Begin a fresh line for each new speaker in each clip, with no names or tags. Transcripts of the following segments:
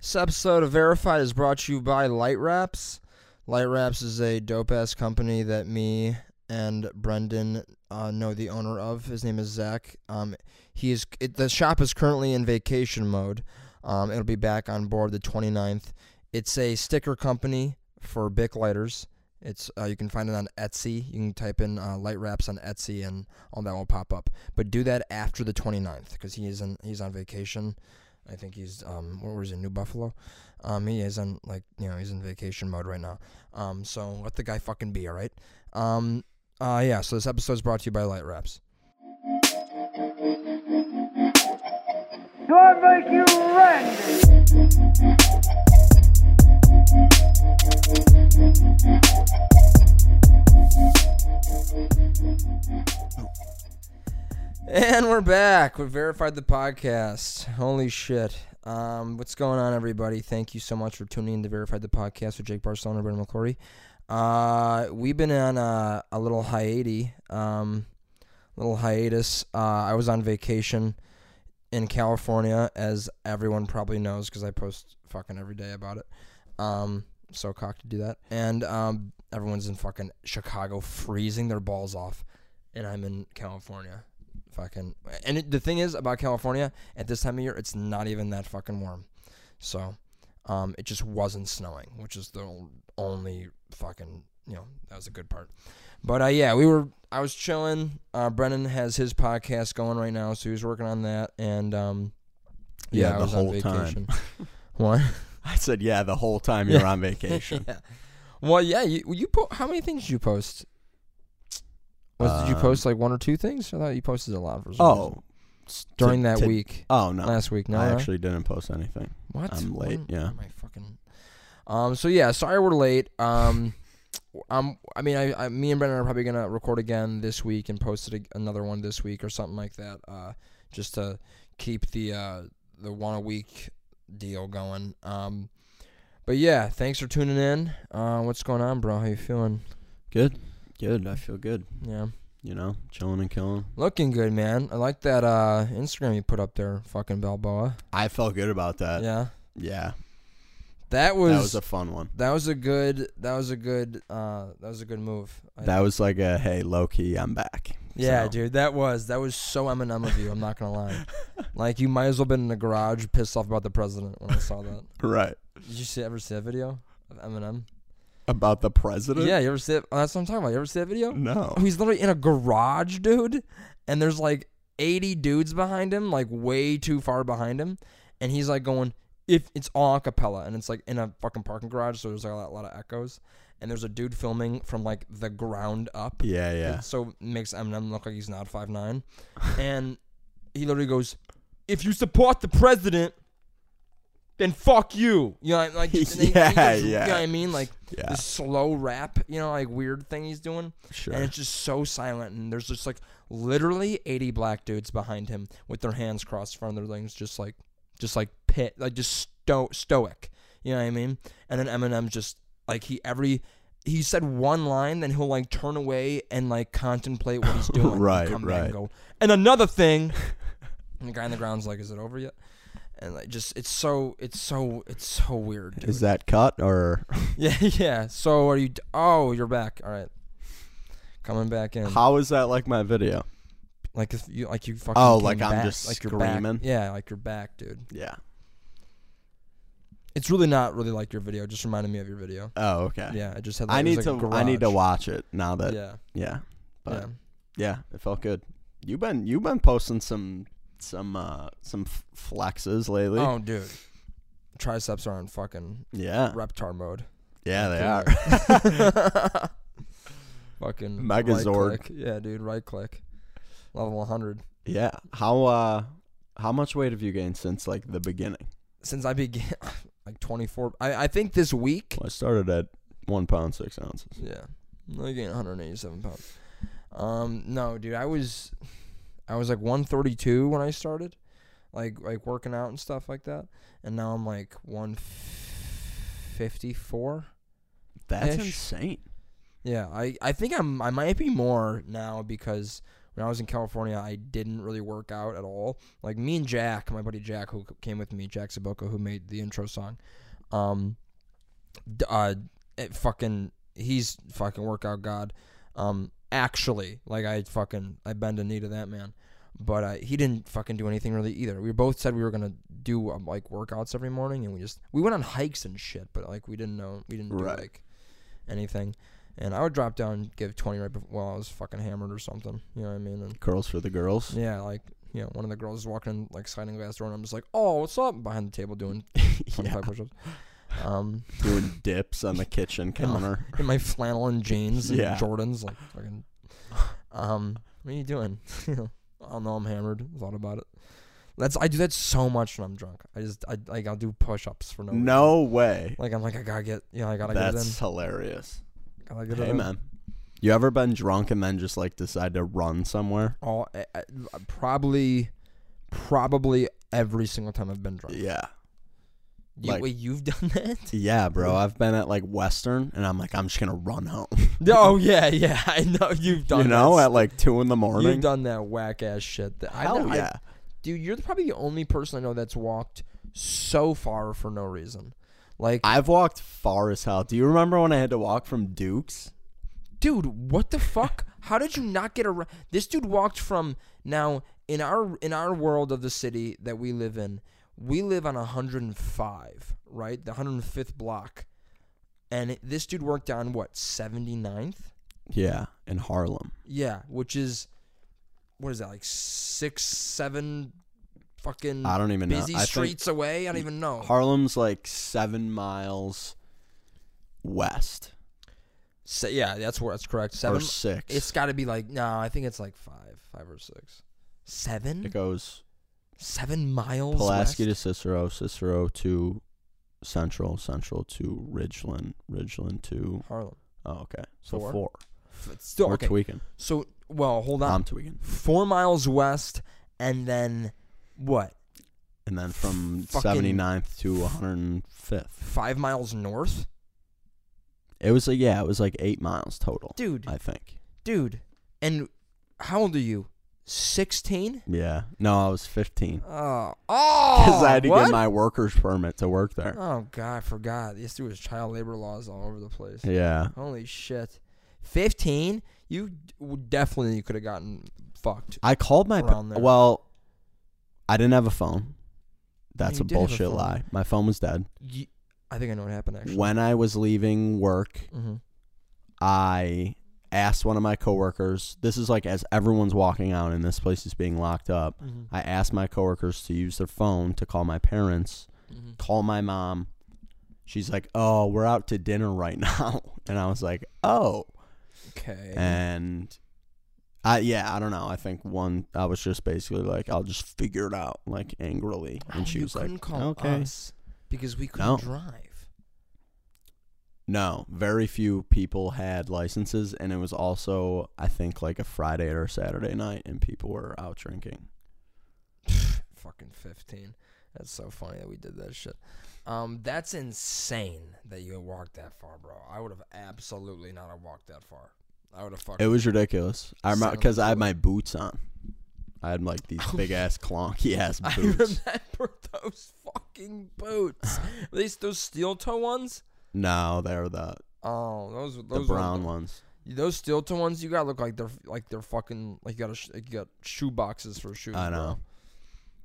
This episode of Verified is brought to you by Light Wraps. Light Wraps is a dope ass company that me and Brendan uh, know the owner of. His name is Zach. Um, he is it, the shop is currently in vacation mode. Um, it'll be back on board the 29th. It's a sticker company for Bic lighters. It's uh, you can find it on Etsy. You can type in uh, light wraps on Etsy and all that will pop up. But do that after the 29th because he is in, he's on vacation. I think he's um where was he New Buffalo? Um, he is on like you know he's in vacation mode right now. Um, so let the guy fucking be all right. Um, uh, yeah. So this episode is brought to you by Light Wraps.
Do I make you randy?
And we're back. We verified the podcast. Holy shit. Um, what's going on, everybody? Thank you so much for tuning in to Verified the Podcast with Jake Barcelona and Brendan McClory. Uh, we've been on a, a little hiatus. Um, little hiatus. Uh, I was on vacation in California, as everyone probably knows because I post fucking every day about it. Um, so cocked to do that. And um, everyone's in fucking Chicago freezing their balls off. And I'm in California fucking and it, the thing is about california at this time of year it's not even that fucking warm so um, it just wasn't snowing which is the ol- only fucking you know that was a good part but uh, yeah we were i was chilling uh, brennan has his podcast going right now so he was working on that and um,
Yeah,
I
the
was
whole
on
time.
vacation what
I said, yeah, the whole time you're on vacation.
yeah. well yeah you, you po- how many things did you post was, did you
Um,
post like one or two things? I thought you posted a lot for some reason.
Oh, s- to-
during that
to-
week,
Oh no,
last week. No,
I
no?
actually didn't post anything.
What?
I'm late,
When-
yeah.
when am I fucking. Um. So yeah, sorry we're late. Um. Um, I mean, I, I, me and Brendan are probably gonna record again this week and post it ag- another one this week or something like that. Uh, just to keep the uh the one a week deal going. Um, but yeah, thanks for tuning in. Uh, what's going on, bro? How you feeling?
Good, good. I feel good.
Yeah,
You know, chilling and killing.
looking good, man. I like that uh Instagram you put up there, fucking Balboa.
I felt good about that.
yeah,
Yeah,
that was
Uh, that was a fun one.
That was a good. That was a good. Uh, that was a good move. I-
That was like a hey, low key, I'm back.
yeah,
so.
dude. That was that was so Eminem of you. I'm not gonna lie. Like you might as well been in the garage, pissed off about the president when I saw that.
Right
Did you see, ever see that video of Eminem?
about the president.
Yeah, you ever see? It? Oh, that's what I'm talking about. You ever see that video?
No.
Oh, he's literally in a garage, dude, and there's like 80 dudes behind him, like way too far behind him, and he's like going, "If it's all a cappella," and it's like in a fucking parking garage, so there's like a lot, lot of echoes, and there's a dude filming from like the ground up,
Yeah, yeah.
and so makes Eminem look like he's not five nine, and he literally goes, "If you support the president." Then fuck you. You know, like, like and then he- he
Yeah,
goes- You
yeah.
know what I mean? Like
Yeah,
this slow rap, you know, like weird thing he's doing and
sure.
it's just so silent and there's just like literally 80 black dudes behind him with their hands crossed in front of their legs just like just like pit like just sto- stoic you know what i mean and then eminem just like he every he said one line then he'll like turn away and like contemplate what he's doing and
Right,
come back and
right.
go and another thing and the guy on the ground's like is it over yet and like just it's so it's so it's so weird dude.
Is that cut or
yeah yeah so are you d- oh you're back all right coming back in
how is that like my video?
like if you like you fucking
Oh,
came
like I'm
back-
just
like you're back-
screaming?
Yeah, like you're back, dude.
Yeah.
It's really not really like your video. It just reminded me of your video.
Oh, okay.
Yeah, I just had. Like,
I
it was
need to.
like a
I need to
garage.
watch it now that. Yeah.
Yeah,
But
yeah.
Yeah, it felt good. You've been you've been posting some some uh some f- flexes lately.
Oh, dude, triceps are on fucking
yeah,
reptar mode.
yeah, they are.
are. fucking
Megazord.
Right click. Yeah, dude, right click. Level 100.
Yeah, how uh how much weight have you gained since like the beginning?
Since I began, like 24. I I think this week.
Well, I started at one pound six ounces.
Yeah. No, you gained 187 pounds. Um, no, dude, I was, I was like 132 when I started, like like working out and stuff like that, and now I'm like 154.
That's
Ish.
insane.
Yeah, I I think I'm I might be more now because When I was in California, I didn't really work out at all. Like me and Jack, my buddy Jack, who came with me, Jack Saboka, who made the intro song. Um, d- uh, it fucking he's fucking workout god. Um, actually, like I fucking I bend a knee to that man, but uh, he didn't fucking do anything really either. We both said we were gonna do um, like workouts every morning, and we just we went on hikes and shit, but like we didn't know we didn't do
Right.
like anything. And I would drop down and give twenty right before while I was fucking hammered or something. You know what I mean? And
Curls for the girls.
yeah, like you know, one of the girls is walking in like sliding glass door, and I'm just like, oh, what's up? Behind the table doing twenty five push-ups. Um,
Doing dips on the kitchen
In my-
counter.
in my flannel and jeans and
Yeah.
Jordans, like fucking. Um, what are you doing? You know, I don't know. I'm hammered. Thought about it. That's I do that so much when I'm drunk. I just I like I'll do push-ups for no. reason.
No way.
Like I'm like I gotta get you know I gotta get it
That's
in.
hilarious.
Gotta get it
Hey
in.
man, you ever been drunk and then just like decide to run somewhere?
All I, I, probably, probably every single time I've been drunk.
Yeah.
You,
like-
wait, you've done that?
Yeah, bro. I've been at like Western and I'm like, I'm just gonna run home.
oh yeah, yeah. I know you've done.
you know,
that.
at like two in the morning.
You've done that whack ass shit. That I
Hell
know, I-
yeah.
dude, you're probably the only person I know that's walked so far for no reason. Like,
I've walked far as hell. Do you remember when I had to walk from Duke's?
dude, what the fuck? How did you not get around? This dude walked from now in our in our world of the city that we live in. We live on 105, right? The 105th block. And it- this dude worked on what, 79th?
Yeah, in Harlem.
Yeah, which is what is that like 6 7 fucking
I don't even know.
busy
I think
streets away? I don't even know.
Harlem's like seven miles west
So, yeah, that's where that's correct. Seven.
or six.
It's got to be like no, I think it's like five, five or six,
it
seven,
goes
seven miles.
Pulaski
west?
to Cicero, Cicero to Central, Central to Ridgeland, Ridgeland to.
Harlem.
Oh, okay. So
Four.
four.
F- Still
We're
okay.
tweaking.
So well, hold on.
I'm tweaking.
Four miles west, and then what?
And then from
Fucking-
seventy 79th to 105th.
Five miles north,
It was like, yeah, it was like eight miles total,
dude.
I think.
dude, and how old are you? Sixteen.
Yeah. No, I was 15.
Oh, oh,
Because I had to
what?
get my worker's permit to work there.
Oh God, I forgot. This dude was child labor laws all over the place.
Yeah.
Holy shit. 15? You d- w- definitely could have gotten fucked.
I called my. pa-
Around there.
well, I didn't have a phone. That's
you
a
did have a
bullshit
phone.
lie. My phone was dead.
You, I think I know what happened actually.
When I was leaving work,
Mm-hmm.
I asked one of my coworkers. This is like as everyone's walking out and this place is being locked up.
Mm-hmm.
I asked my coworkers to use their phone to call my parents, call my mom. She's like, "Oh, we're out to dinner right now," and I was like, "Oh."
Okay.
and I yeah, I don't know. I think one I was just basically like, I'll just figure it out, like angrily,
Oh,
and she
you
was
couldn't
like,
call
okay,
us because we couldn't
No.
drive.
no. Very few people had licenses, and it was also I think like a Friday or Saturday night, and people were out drinking.
Fucking 15. That's so funny that we did that shit. Um, that's insane that you walked that far, bro. I would have absolutely not have walked that far. I would have fucking.
It was ridiculous. I remember
Sounds
because I had
cool.
my boots on. I had like these big ass clonky ass
I
boots.
remember those fucking boots. Were these those steel toe ones?
no, they were the
Oh, those those
the
ones
brown
are-
ones.
Those steel toe ones you got to look like they're like they're fucking like you got sh- like you got shoe boxes for shoes.
I
bro.
know.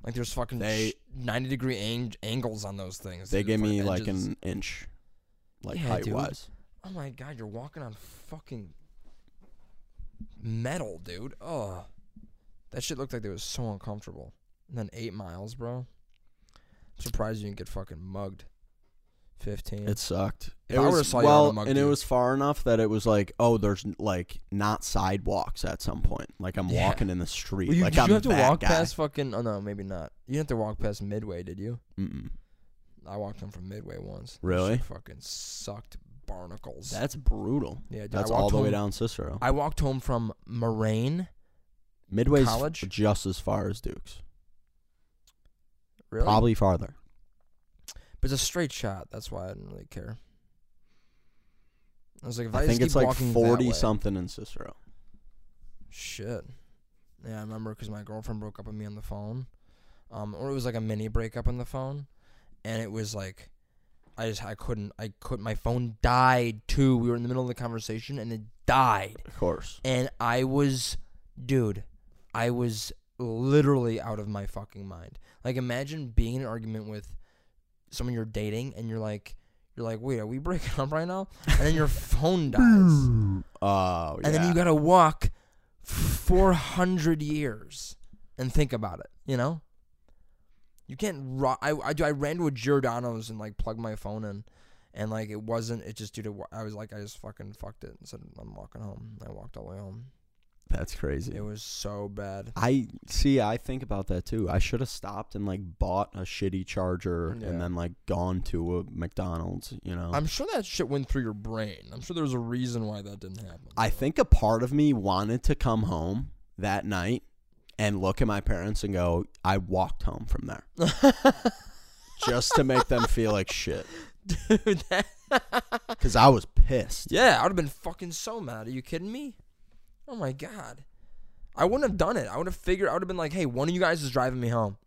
Like there's fucking
They-
sh- ninety degree ang- angles on those things.
They
dude,
gave
for
me like
edges.
an inch, like
Yeah,
height
dude.
wise.
Oh my god, you're walking on fucking metal, dude. Oh, that shit looked like it was so uncomfortable. And then eight miles, bro. I'm surprised you didn't get fucking mugged. Fifteen.
It sucked.
If
it
I would've
was
saw you, I would've
well,
mugged
and it
you.
was far enough that it was like, oh, there's like not sidewalks at some point. Like I'm
Yeah.
walking in the street.
Well, you,
like
did
I'm
you have to
that
walk
guy.
past fucking? Oh no, maybe not. You didn't have to walk past Midway, did you?
Mm-mm.
I walked home from Midway once. That
Really?
shit fucking sucked barnacles.
That's brutal.
yeah, dude,
That's
I walked
all the way
home-
down Cicero.
I walked home from Moraine.
Midway's f-
college?
just as far as Duke's,
Really?
probably farther.
But it's a straight shot. That's why I didn't really care. I was like, if I,
I, think
just
it's
keep
like
walking that
forty
way-
something in Cicero.
Shit. Yeah, I remember because my girlfriend broke up with me on the phone, um, or it was like a mini breakup on the phone, and it was like, I just I couldn't I could my phone died too. We were in the middle of the conversation and it died,
Of course.
and I was, dude, I was literally out of my fucking mind. Like imagine being in an argument with someone you're dating and you're like. You're like, wait, are we breaking up right now? And then your phone dies
Oh, yeah.
and then you gotta walk 400 years and think about it you know you can't ro- I, I, I ran to a giordano's and like plugged my phone in and like it wasn't it just due to wa- i was like i just fucking fucked it and said i'm walking home i walked all the way home
That's crazy.
it was so bad
I see. I think about that too. I should have stopped and like bought a shitty charger
Yeah.
and then like gone to a McDonald's. You know,
i'm sure that shit went through your brain i'm sure there was a reason why that didn't happen
I think a part of me wanted to come home that night and look at my parents and go, "I walked home from there," just to make them feel like shit.
dude that
Because I was pissed.
Yeah, I would have been fucking so mad. Are you kidding me? Oh my god. I wouldn't have done it. I would have figured I would have been like, "Hey, one of you guys is driving me home.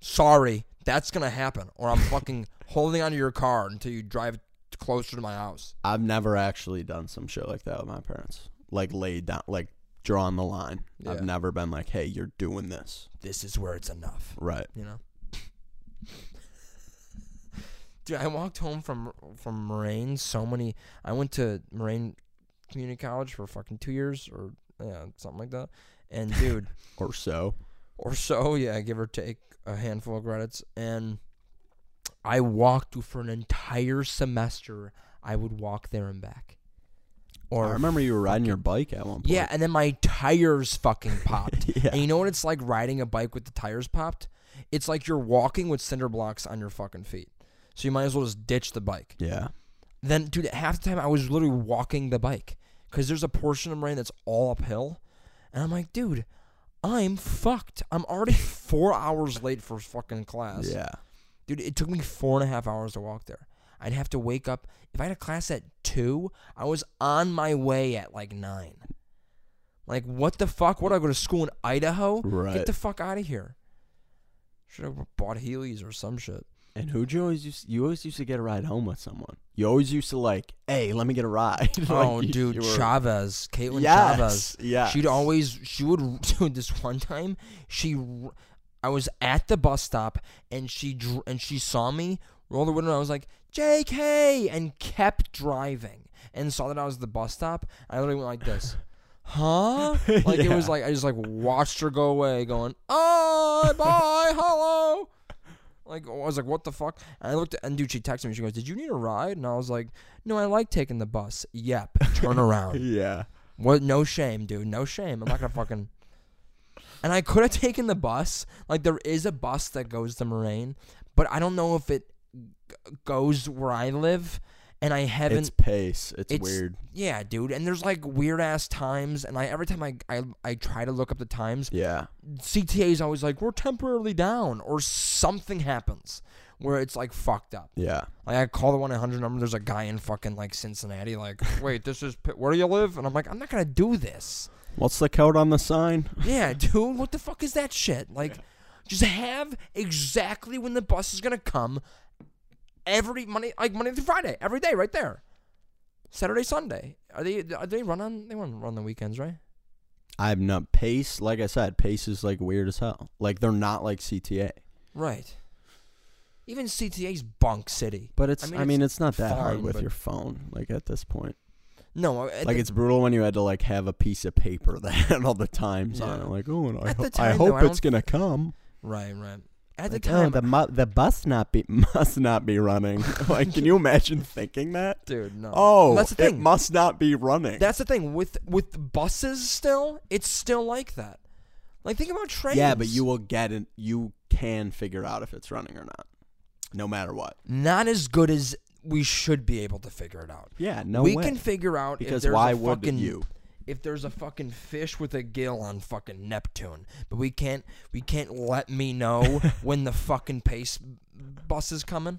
Sorry, that's going to happen or I'm fucking holding onto your car until you drive closer to my house."
I've never actually done some shit like that with my parents. Like laid down, like drawn the line.
Yeah.
I've never been like, "Hey, you're doing this."
This is where it's enough,
Right.
you know. Dude, I walked home from from Moraine so many I went to Moraine Community College for fucking 2 years or yeah, something like that. And dude,
Or so.
or so, yeah, give or take a handful of credits. And I walked for an entire semester. I would walk there and back. Or
I remember you were riding your bike at one point.
yeah, and then my tires fucking popped.
Yeah.
And you know what it's like riding a bike with the tires popped? It's like you're walking with cinder blocks on your fucking feet. So you might as well just ditch the bike.
Yeah.
Then, dude, half the time I was literally walking the bike because there's a portion of Moraine that's all uphill, and I'm like, dude, I'm fucked. I'm already four hours late for fucking class.
Yeah.
dude, it took me four and a half hours to walk there. I'd have to wake up if I had a class at two. I was on my way at like nine. Like, what the fuck? What? I go to school in Idaho? Get
Right.
the fuck out of here. Should have bought Heelys or some shit.
And who'd you always used you always used to get a ride home with someone. You always used to like, hey, let me get a ride. Like,
oh,
you-
dude,
you were-
Chavez, Caitlin
Yes,
Chavez.
yes.
She'd always, she would, dude. This one time, she, r- I was at the bus stop and she dr- and she saw me roll the window. and I was like, Jake, hey, and kept driving and saw that I was at the bus stop. I literally went like this. Huh? Like it was
Yeah.
like I just like watched her go away, going, "Oh, bye, hello." Like I was like, "What the fuck?" And I looked, and dude, she texted me. She goes, "Did you need a ride?" And I was like, "No, I like taking the bus." Yep. Turn around.
Yeah.
what? No shame, dude. No shame. I'm not gonna fucking. And I could have taken the bus. Like there is a bus that goes to Moraine, but I don't know if it g- goes where I live, and I haven't.
It's pace. It's, weird.
Yeah, dude. And there's like weird ass times, and I every time I I, I try to look up the times,
Yeah.
CTA is always like we're temporarily down or something happens where it's like fucked up.
Yeah.
Like I call the one eight hundred number. There's a guy in fucking like Cincinnati. Like, wait, this is Pitt- where do you live? And I'm like, I'm not gonna do this.
What's the code on the sign?
Yeah, dude. What the fuck is that shit? Like, just have exactly when the bus is gonna come. Every Monday, like Monday through Friday, every day, right there. Saturday, Sunday. Are they? Are they run on? They run run the weekends, right?
I've not pace, like I said, pace is like weird as hell. Like they're not like CTA.
Right. Even CTA's bunk city.
But it's I mean, it's, not that hard
fine,
with
but-
your phone, like at this point.
no. uh, At
Like
the,
it's brutal when you had to like have a piece of paper that had all the times on
Yeah.
it. Like, oh, and I,
At the
ho- I
time, though,
hope
I don't
it's gonna come.
right, right. At
Like,
the time,
oh, the mu- the bus not be must not be running. like, can you imagine thinking that?
dude, no.
Oh,
that's the thing.
it must not be running.
that's the thing with with buses. Still, it's still like that. Like think about trains.
yeah, but you will get it. You can figure out if it's running or not, no matter what.
not as good as we should be able to figure it out.
Yeah, no
we
way.
can figure out if
because
there's
why
a
would
fucking,
you?
If there's a fucking fish with a gill on fucking Neptune, but we can't we can't let me know when the fucking pace bus is coming.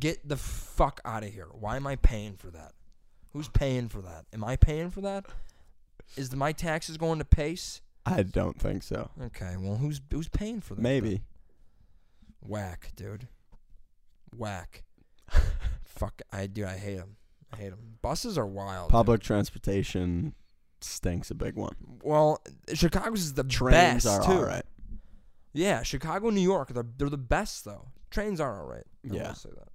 Get the fuck out of here! Why am I paying for that? Who's paying for that? Am I paying for that? Is my taxes going to Pace?
I don't think so.
Okay, well, who's who's paying for that?
Maybe.
Whack, dude. Whack. Fuck, I dude, I hate them. I hate them. Buses are wild. dude.
Public transportation stinks a big one.
Well, Chicago's is the
Trains
best
are
too.
all right.
Yeah, Chicago, New York, they're they're the best though. Trains are all right. I will
Yeah.
say that.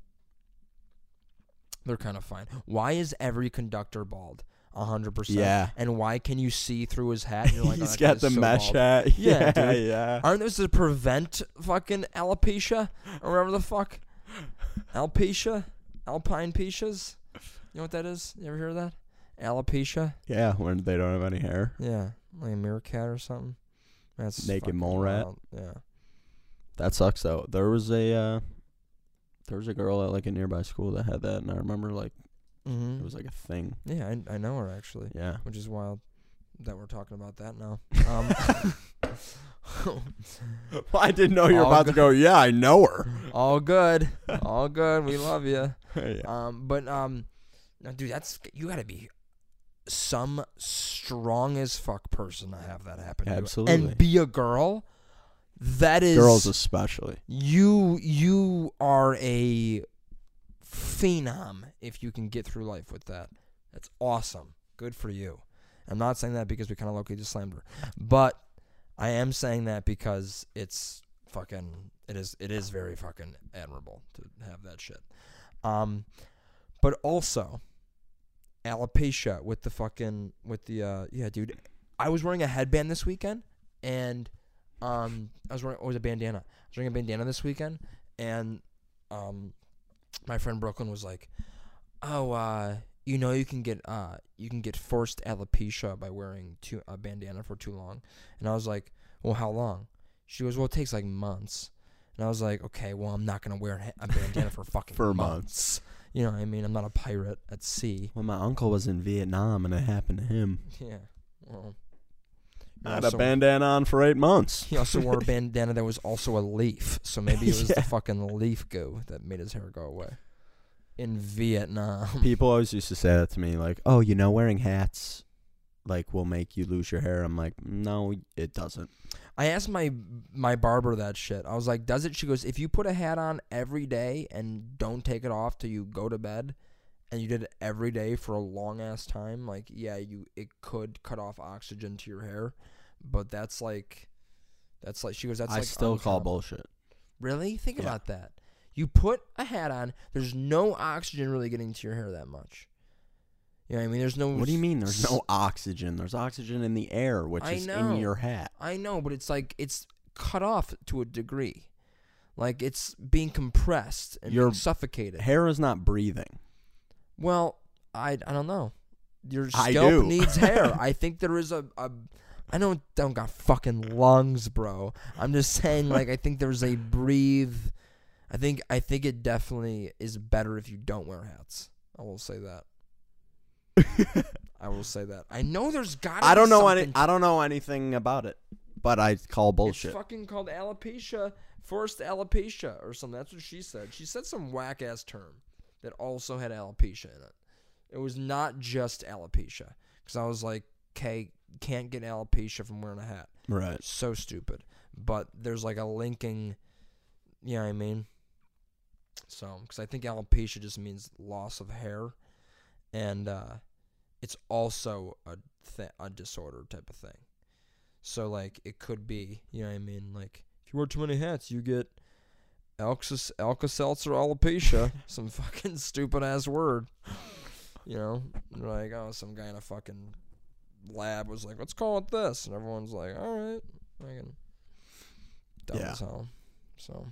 They're kind of fine. Why is every conductor bald? A hundred percent.
Yeah.
And why can you see through his hat? And you're like, oh,
He's
that
got
guy's
the
so
mesh
bald.
hat.
Yeah,
Yeah, yeah.
dude. Aren't those to prevent fucking alopecia or whatever the fuck? Alopecia, alpine pishas. You know what that is? You ever hear of that? Alopecia.
Yeah, when they don't have any hair.
Yeah, like a meerkat or something. That's
Naked
fucking
mole rat.
wild. Yeah.
That sucks though. There was a uh, there was a girl at like a nearby school that had that and I remember like
Mm-hmm.
it was like a thing.
Yeah, I, I know her actually,
Yeah.
which is wild that we're talking about that now. Um,
I didn't know you were
All
about to go, yeah, I know her.
all good, all good. We love you.
Yeah.
Um, but um, no, dude, that's you got to be some strong as fuck person to have that happen. to you.
Absolutely.
and be a girl. That is
Girls especially.
you. You are a phenom if you can get through life with that. That's awesome. Good for you. I'm not saying that because we kind of locally just slammed her, but I am saying that because it's fucking. It is. It is very fucking admirable to have that shit. Um, but also alopecia with the fucking with the uh yeah, dude. I was wearing a headband this weekend, and um, I was wearing oh, it was a bandana. I was wearing a bandana this weekend, and um, my friend Brooklyn was like, "Oh, uh, you know, you can get uh, you can get forced alopecia by wearing too, a bandana for too long." And I was like, "Well, how long?" She goes, "Well, it takes like months." And I was like, "Okay, well, I'm not gonna wear a he- a bandana for fucking
For
months." You know, what I mean, I'm not a pirate at sea.
When my uncle was in Vietnam and it happened to him.
Yeah. Well,
I
you
had
also-
a bandana on for eight months.
He also wore a bandana that was also a leaf, so maybe it was the
Yeah.
fucking leaf goo that made his hair go away. In Vietnam.
People always used to say that to me, like, "Oh, you know, wearing hats, like, will make you lose your hair." I'm like, "No, it doesn't."
I asked my my barber that shit. I was like, "Does it?" She goes, "If you put a hat on every day and don't take it off till you go to bed, and you did it every day for a long ass time, like yeah, you it could cut off oxygen to your hair, but that's like, that's like she goes, that's
I
like
still call
uncommon."
bullshit.
Really? Think
Yeah.
about that. You put a hat on, there's no oxygen really getting to your hair that much. You know what I mean? There's no
What do you mean? There's
s-
no oxygen. There's oxygen in the air, which
I
is
know.
in your hat.
I know, but it's like it's cut off to a degree. Like it's being compressed and
Your
being suffocated.
Hair is not breathing.
Well, I I don't know. Your
I
scalp
do.
needs hair. I think there is a, a I don't don't got fucking lungs, bro. I'm just saying like I think there's a breathe I think I think it definitely is better if you don't wear hats. I will say that. I will say that. I know there's gotta
I don't know
any
any. I don't know anything about it, but I call
It's
bullshit.
fucking called alopecia, forced alopecia or something. That's what she said. She said some whack ass term that also had alopecia in it. It was not just alopecia because I was like, okay, can't get alopecia from wearing a hat.
Right.
So stupid. But there's like a linking, you know what I mean? So, because I think alopecia just means loss of hair, and uh, it's also a th- a disorder type of thing. So, like, it could be, you know what I mean? Like, if you wear too many hats, you get Alka Alka Seltzer alopecia, some fucking stupid ass word. You know, like, oh, some guy in a fucking lab was like, let's call it this. And everyone's like, all right. Fucking dumb
Yeah.
as hell. So,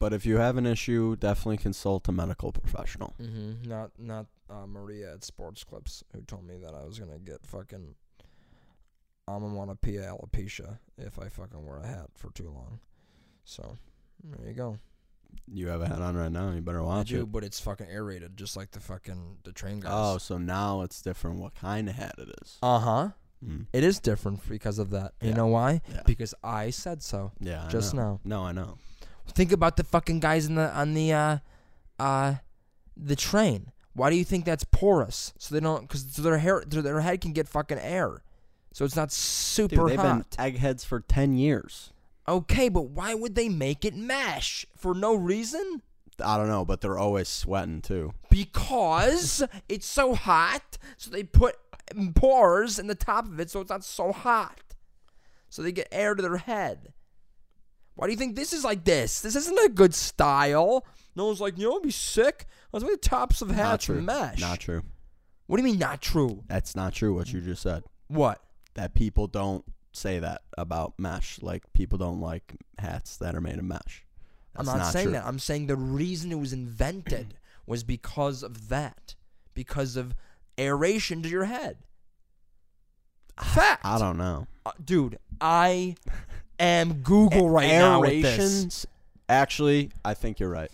But if you have an issue, definitely consult a medical professional.
mm-hmm. not not uh, Maria at Sports Clips who told me that I was going to get fucking onomatopoeia alopecia if I fucking wear a hat for too long. So, there you go.
You have a hat on right now. You better
I
watch
do,
it.
but it's fucking aerated, just like the fucking the train guys.
Oh, so now it's different. What kind of hat it is?
Uh huh.
Mm.
It is different because of that. You
Yeah.
know why?
Yeah.
Because I said so
Yeah. I
just
know.
now.
No, I know.
Think about the fucking guys in the on the uh, uh, the train. Why do you think that's porous? So they don't, because their hair, their, their head can get fucking air. So it's not super
Dude, they've
hot.
been eggheads for 10 years.
Okay, but why would they make it mash? For no reason?
I don't know, but they're always sweating too.
Because it's so hot, so they put pores in the top of it so it's not so hot. So they get air to their head. Why do you think this is like this? This isn't a good style. No one's like, you know, it'd be sick. Let's make the tops of
not
hats
true.
mesh.
Not true.
What do you mean not true?
That's not true what you just said.
What?
That people don't say that about mesh. Like people don't like hats that are made of mesh.
I'm
That's
not, saying
true.
that. I'm saying the reason it was invented was because of that, because of aeration to your head. Fact.
I don't know.
Uh, dude, I am Google right now with this.
Aerations. Actually, I think you're right.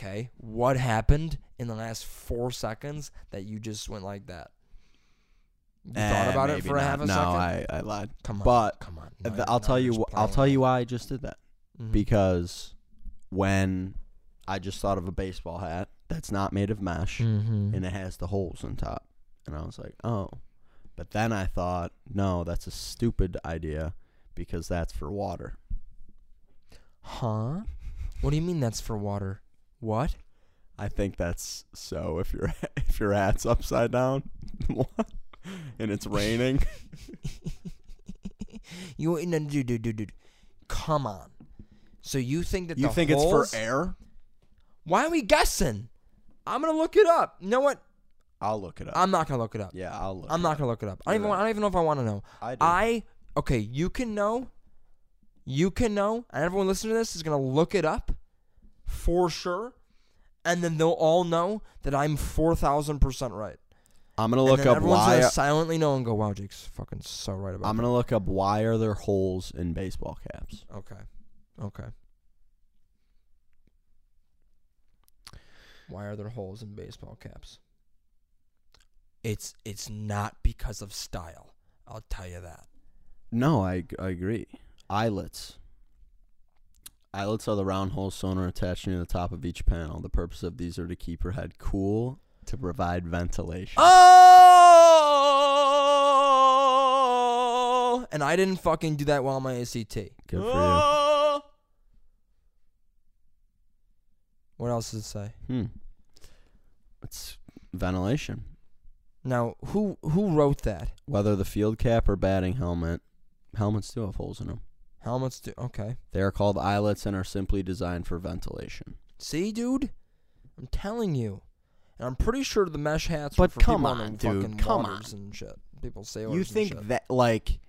Okay, what happened in the last four seconds that you just went like that? You
Eh,
thought about it
maybe
for a
not.
half a
no,
second.
I, I lied.
come on,
but
come on. No,
Uh, th-
no,
I'll tell
I'm
you.
just
wh- I'll
playing
tell
with
you why I just did that.
you. Mhm.
Because when I just thought of a baseball hat that's not made of mesh
Mhm.
and it has the holes on top, and I was like, oh. But then I thought, no, that's a stupid idea because that's for water.
huh? What do you mean that's for water? What?
I think that's so. If your if your hat's upside down, and it's raining,
You no, dude, dude, dude, dude. Come on. So you think that
you
the
think
holes,
it's for air?
Why are we guessing? I'm gonna look it up. You know what?
I'll look it up.
I'm not gonna look it up.
yeah, I'll look.
I'm not gonna look it up. I don't
You're
even.
right.
I don't even know if I want to know.
I do.
I okay. You can know. You can know, and everyone listening to this is gonna look it up for sure, and then they'll all know that I'm four thousand percent right.
I'm gonna
And
look
then
up
everyone's
why.
gonna silently know and go, "Wow, Jake's fucking so right about."
I'm gonna look up why are there holes in baseball caps?
that." Okay. Okay. Why are there holes in baseball caps? It's it's not because of style. I'll tell you that.
No, I, g- I agree. Eyelets. Eyelets are the round holes sewn or attached near the top of each panel. The purpose of these are to keep her head cool to provide ventilation.
Oh! And I didn't fucking do that while my ACT. Good
for you.
oh! What else does it say?
Hmm. It's ventilation.
Now, who who wrote that?
Whether the field cap or batting helmet, helmets do have holes in them.
Helmets do okay.
They are called eyelets and are simply designed for ventilation.
See, dude, I'm telling you, and I'm pretty sure the mesh hats.
But
were for people
come
the
on, dude,
fucking
come
waters and shit. People say
You think
and shit.
that like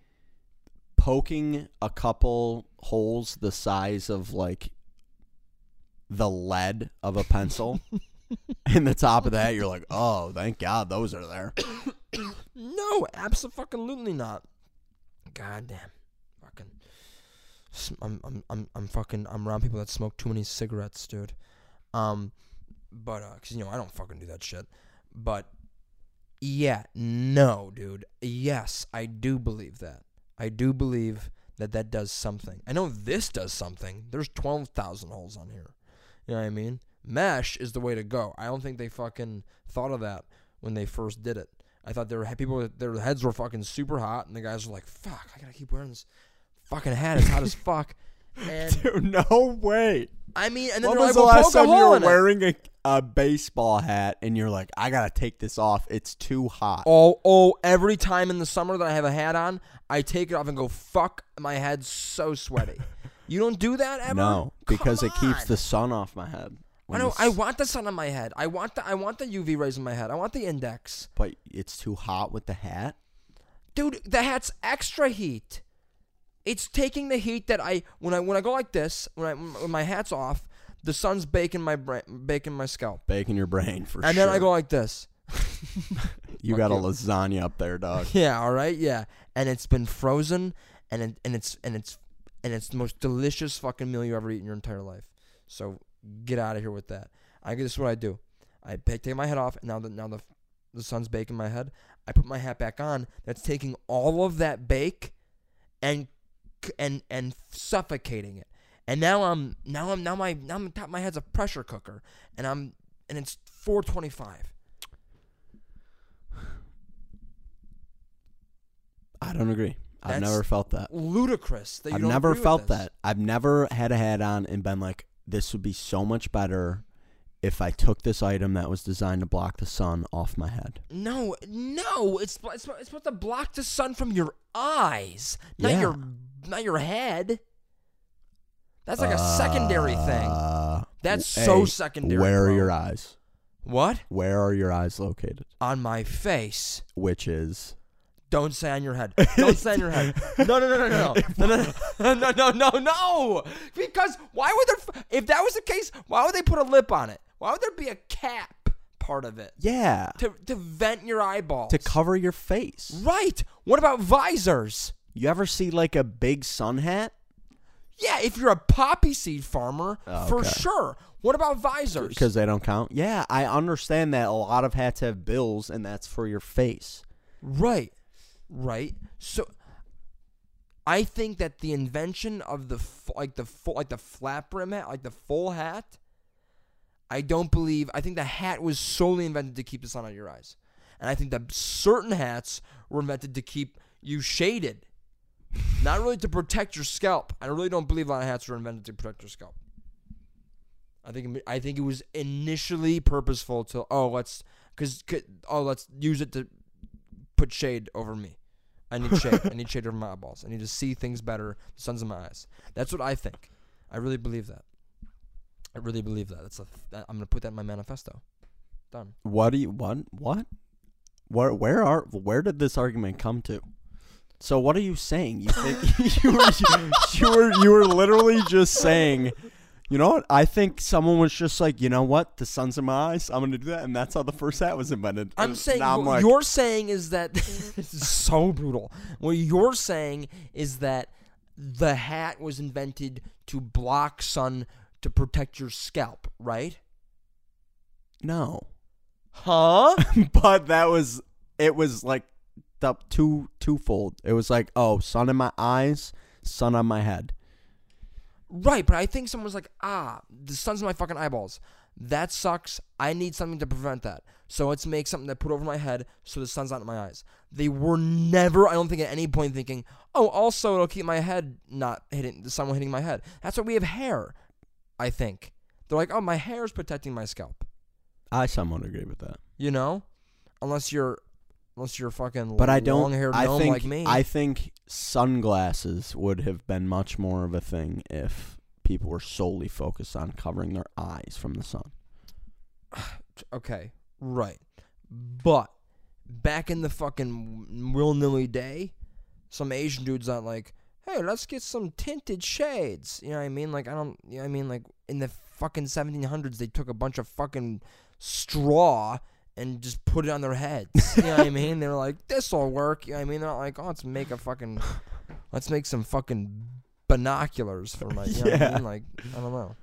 poking a couple holes the size of like the lead of a pencil in the top of that, you're like, oh, thank God those are there.
No, absolutely not. Goddamn, fucking. s- I'm I'm I'm I'm fucking I'm around people that smoke too many cigarettes, dude. Um, but uh 'cause you know I don't fucking do that shit. But yeah, no, dude. Yes, I do believe that. I do believe that that does something. I know this does something. There's twelve thousand holes on here. You know what I mean? Mesh is the way to go. I don't think they fucking thought of that when they first did it. I thought there were people their heads were fucking super hot, and the guys were like, "Fuck, I gotta keep wearing this fucking hat. It's hot as fuck." And
Dude, no way.
I mean, and then
When
they're like,
was the
"Well,
last
poke a
time you
hole
were
in it."
wearing a, a baseball hat and you're like, I gotta take this off. It's too hot.
Oh, oh! Every time in the summer that I have a hat on, I take it off and go, "Fuck, my head's so sweaty." you don't do that ever?
no, because
Come
it keeps
on.
the sun off my head.
I
when
know.
the
I
s-
want the sun on my head. I want the I want the UV rays on my head. I want the index,
but it's too hot with the hat.
dude. The hat's extra heat. It's taking the heat that I when I when I go like this when I when my hat's off, the sun's baking my brain, baking my scalp,
Baking your brain for
and
sure.
then I go like this.
You
Fuck
got a
you.
lasagna up there, dog.
Yeah, all right, yeah. And it's been frozen, and it, and it's and it's and it's the most delicious fucking meal you ever eat in your entire life. So get out of here with that. I this is what I do. I pa- take my head off, and now that now the the sun's baking my head, I put my hat back on. That's taking all of that bake, and c- and and suffocating it. And now I'm now I'm now my now I'm top of my head's a pressure cooker, and I'm and it's 425.
I I don't agree. I've
That's-
never felt that.
Ludicrous that you
I've
don't
never
agree with
felt
this.
that. I've never had a hat on and been like, this would be so much better if I took this item that was designed to block the sun off my head.
No, no, it's sp- it's, sp- it's supposed to block the sun from your eyes, not
Yeah.
your not your head. That's like a secondary thing.
Uh,
That's
w-
so
hey,
secondary,
Where
bro.
are your eyes?
What
Where are your eyes located?
on my face?
Which is
Don't say on your head. Don't say on your head. No, no, no, no, no, no, no, no, no, no, no. Because why would there? f- If that was the case, why would they put a lip on it? Why would there be a cap part of it
yeah
to to vent your eyeballs?
to cover your face.
right. What about visors?
You ever see like a big sun hat?
Yeah, if you're a poppy seed farmer,
Oh,
for
okay.
sure. What about visors?
Because they don't count. Yeah, I understand that a lot of hats have bills, and that's for your face.
right, right. So, I think that the invention of the f- like the full like the flat brim hat, like the full hat. I don't believe. I think the hat was solely invented to keep the sun out of your eyes, and I think that certain hats were invented to keep you shaded, not really to protect your scalp. I really don't believe a lot of hats were invented to protect your scalp. I think I think it was initially purposeful to oh let's because oh let's use it to put shade over me. I need shade. I need shade over my eyeballs. I need to see things better. The sun's in my eyes. That's what I think. I really believe that. I really believe that. That's a th- that- I'm gonna put that in my manifesto. Done.
What do you what what? Where where are where did this argument come to? So what are you saying? You think you were you were you were literally just saying, you know what? I think someone was just like, you know what? The sun's in my eyes. I'm gonna do that, and that's how the first hat was invented.
I'm
And
saying
now
what you're saying is that this is so brutal. What you're saying is that the hat was invented to block sun to protect your scalp, right?
no,
Huh?
but that was it was like the two twofold. It was like oh, sun in my eyes, sun on my head.
Right, but I think someone's like, ah, the sun's in my fucking eyeballs. That sucks. I need something to prevent that. So let's make something that put over my head so the sun's not in my eyes. They were never, I don't think, at any point thinking, oh, also it'll keep my head not hitting the sun from hitting my head. That's why we have hair. I think they're like, oh, my hair is protecting my scalp.
I somewhat agree with that.
You know, unless you're, unless you're fucking
But I don't.
long-haired
I
gnome
think.
like me.
I think sunglasses would have been much more of a thing if people were solely focused on covering their eyes from the sun.
Okay, right. But back in the fucking will nilly day, some Asian dudes on like, hey, let's get some tinted shades. You know what I mean? Like I don't. You know what I mean? Like in the fucking 1700s, they took a bunch of fucking straw and just put it on their heads. You know what I mean? They're like, this'll work. You know what I mean? They're not like, oh, let's make a fucking, let's make some fucking binoculars for my. You know what I
Yeah.
mean? Like I don't know.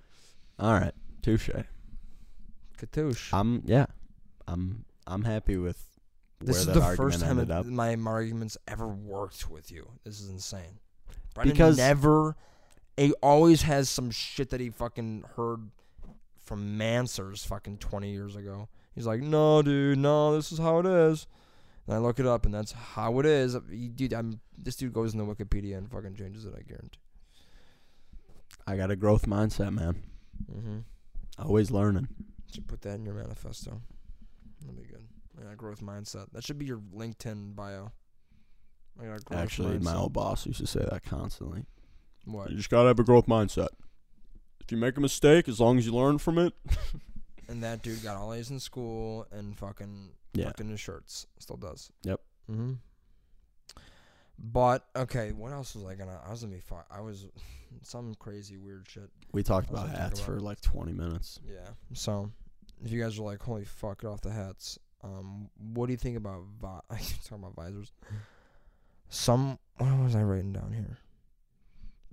All right, touche.
Katouche.
I'm yeah. I'm I'm happy with where
This is
that
the
argument
first time
ended
that
up.
my my arguments ever worked with you. This is insane. Brendan
Because-
never, he always has some shit that he fucking heard from Mansers fucking twenty years ago. He's like, no, dude, no, this is how it is. And I look it up, and that's how it is. You- Dude, I'm this dude goes into Wikipedia and fucking changes it. I guarantee.
I got a growth mindset, man.
Mm-hmm.
Always learning.
Should put that in your manifesto. That'd be good. I got a growth mindset. That should be your LinkedIn bio. I got a growth
Actually, my
mindset.
old boss used to say that constantly.
What?
You just gotta have a growth mindset. If you make a mistake, as long as you learn from it.
And that dude got all A's in school and fucking
Yeah.
fucked in his shirts. Still does.
Yep.
Mm-hmm. But okay, what else was I gonna? I was gonna be fi I was some crazy weird shit.
We talked
That's
about
what I talk
hats
about.
for like 20 minutes.
Yeah. So if you guys are like, holy fuck, get off the hats. Um, what do you think about vi- I keep talking about visors? Some what was I writing down here?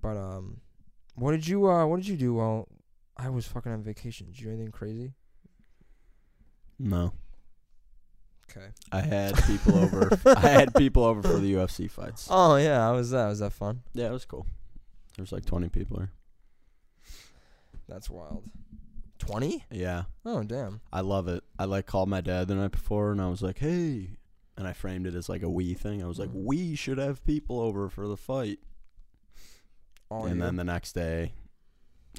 But um, what did you uh, what did you do while I was fucking on vacation? Did you do anything crazy?
No.
Okay.
I had people over. I had people over for the UFC fights.
Oh yeah, I was that. Was that fun?
Yeah, it was cool. There was like 20 people there.
That's wild. Twenty?
Yeah,
Oh damn.
I love it. I like called my dad the night before and I was like, "Hey, and I framed it as like a we thing. I was like, we should have people over for the fight.
All
and
year.
then the next day,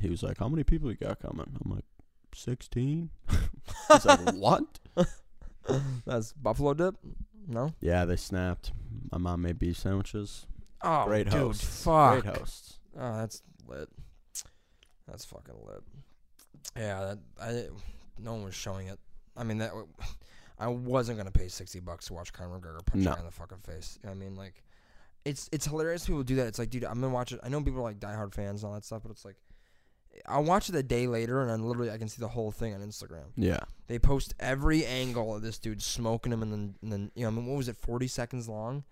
he was like, "How many people you got coming?" I'm like, 16? He's like, "What?"
that's buffalo dip. No.
Yeah, they snapped. My mom made beef sandwiches.
Oh,
Great
dude,
hosts.
fuck.
Great hosts.
Oh, that's lit. That's fucking lit. Yeah, that I no one was showing it. I mean that I wasn't gonna pay sixty bucks to watch Conor McGregor punch
No.
a guy in the fucking face. You know what I mean, like it's it's hilarious people do that. It's like, dude, I'm gonna watch it. I know people are like diehard fans and all that stuff, but it's like I watch it a day later and then literally I can see the whole thing on Instagram.
Yeah,
They post every angle of this dude smoking him and then and then you know I mean, what was it, forty seconds long?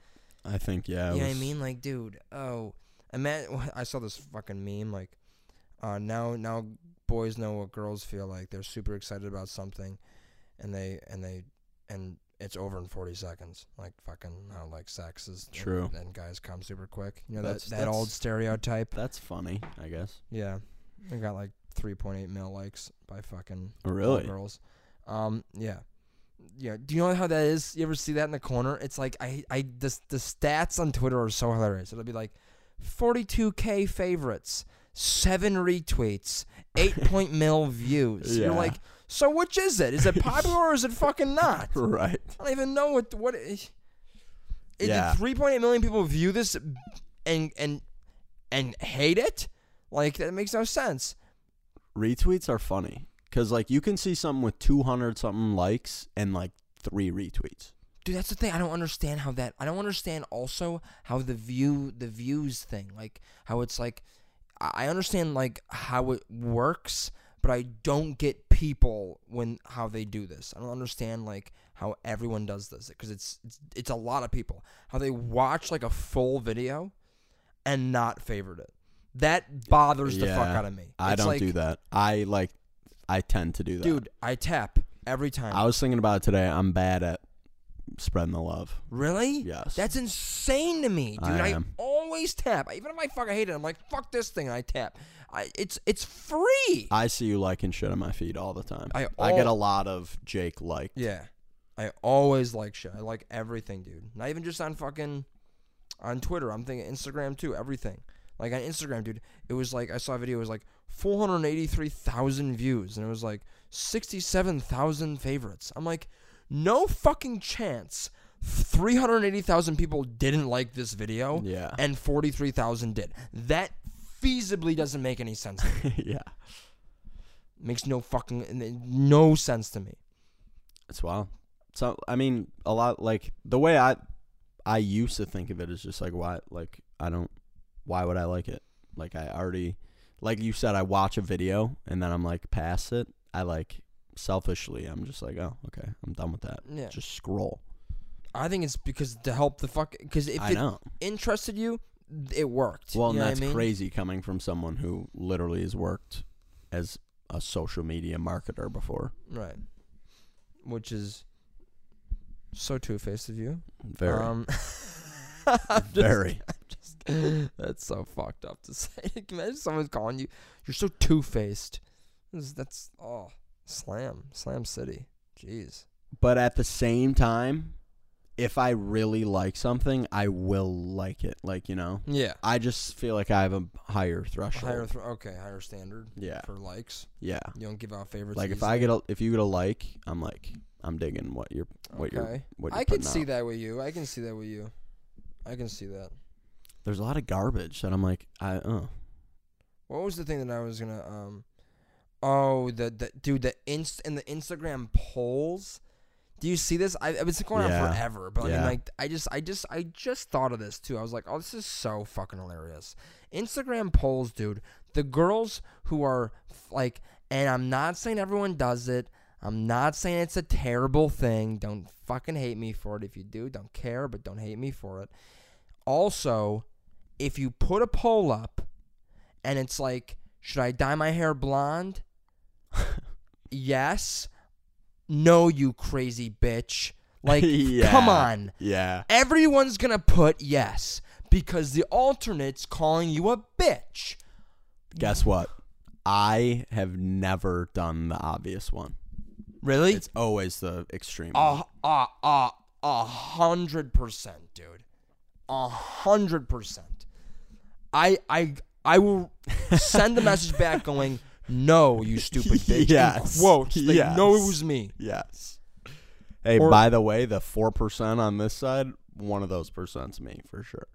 I think yeah. it
You know what I
was-
mean? Like, dude, oh, imagine. I saw this fucking meme. Like, uh, now now boys know what girls feel like. They're super excited about something, and they and they and it's over in forty seconds. Like fucking how like sex is and-
True.
And, guys come super quick. You know
That's-
that that old
that's-
stereotype.
That's funny, I guess.
Yeah, I got like three point eight mil likes by fucking
Oh,
all
really?
girls. Um, yeah. Yeah, do you know how that is? You ever see that in the corner? It's like I, I, the the stats on Twitter are so hilarious. It'll be like, forty two k favorites, seven retweets, eight point mil views. You're
Yeah.
like, so which is it? Is it popular or is it fucking not? I
Right.
don't even know what what. Is
Yeah.
it three point eight million people view this, and and and hate it? Like that makes no sense.
Retweets are funny because like you can see something with 200 something likes and like three retweets.
Dude, that's the thing. I don't understand how that. I don't understand also how the view, the views thing, like how it's like. I I understand like how it works, but I don't get people when how they do this. I don't understand like how everyone does this because it's, it's it's a lot of people how they watch like a full video and not favorite it. That bothers the fuck
Yeah,
out of me.
I
It's
don't
like,
do that. I like, I tend to do that.
dude. I tap every time.
I was thinking about it today. I'm bad at spreading the love.
Really?
Yes.
That's insane to me, dude. I,
I am.
always tap. Even if I fucking hate it, I'm like, fuck this thing. And I tap. I, it's it's free.
I see you liking shit on my feed all the time.
I
get a
al-
lot of Jake like.
yeah. I always like shit. I like everything, dude. Not even just on fucking on Twitter. I'm thinking Instagram too. Everything. Like on Instagram, dude. It was like I saw a video. It was like 483,000 views, and it was like 67,000 favorites. I'm like, no fucking chance. 380,000 people didn't like this video.
Yeah.
and 43,000 did. That feasibly doesn't make any sense. to me.
yeah.
Makes no fucking no sense to me.
It's wild. So I mean, a lot like the way I I used to think of it is just like why like I don't why would I like it? Like I already like you said I watch a video and then I'm like pass it. I like selfishly I'm just like, oh, okay, I'm done with that.
Yeah.
Just scroll.
I think it's because to help the fuck because if
I
it
know.
interested you, it worked.
Well,
you
and
know what
that's
I mean?
crazy coming from someone who literally has worked as a social media marketer before.
Right. Which is so two-faced of you.
Very
Um, I'm just-
very.
that's so fucked up to say. Can you Imagine someone's calling you, you're so two-faced. That's, that's oh, slam, slam city. Jeez.
But at the same time, if I really like something, I will like it. Like, you know,
Yeah.
I just feel like I have a higher threshold.
Higher, th- okay, higher standard
yeah.
for likes.
Yeah.
You don't give out favorites.
Like if
easily.
I get a, if you get a like, I'm like I'm digging what you're what you're
Okay.
what you're
I can
putting
see
out.
that with you. I can see that with you. I can see that.
There's a lot of garbage that I'm like I uh
What was the thing that I was gonna um? Oh, the the dude, the inst and the Instagram polls. Do you see this? I, I mean, it's going
Yeah.
on forever, but I mean,
Yeah.
like, I just, I just, I just thought of this too. I was like, oh, this is so fucking hilarious. Instagram polls, dude. The girls who are f- like, and I'm not saying everyone does it. I'm not saying it's a terrible thing. Don't fucking hate me for it. If you do, don't care, but don't hate me for it. Also, if you put a poll up and it's like, should I dye my hair blonde? yes. No, you crazy bitch. Like,
Yeah.
come on.
yeah
Everyone's going to put yes because the alternate's calling you a bitch.
guess what I have never done the obvious one
Really? Oh,
it's always the extreme one.
Ah, ah, ah. A hundred percent, dude. A hundred percent. I I I will send the message back going, No, you stupid bitch.
Yes.
In quotes. They
Yes.
know it was me.
Yes. Hey,
Or-
by the way, the four percent on this side, one of those percent's me for sure.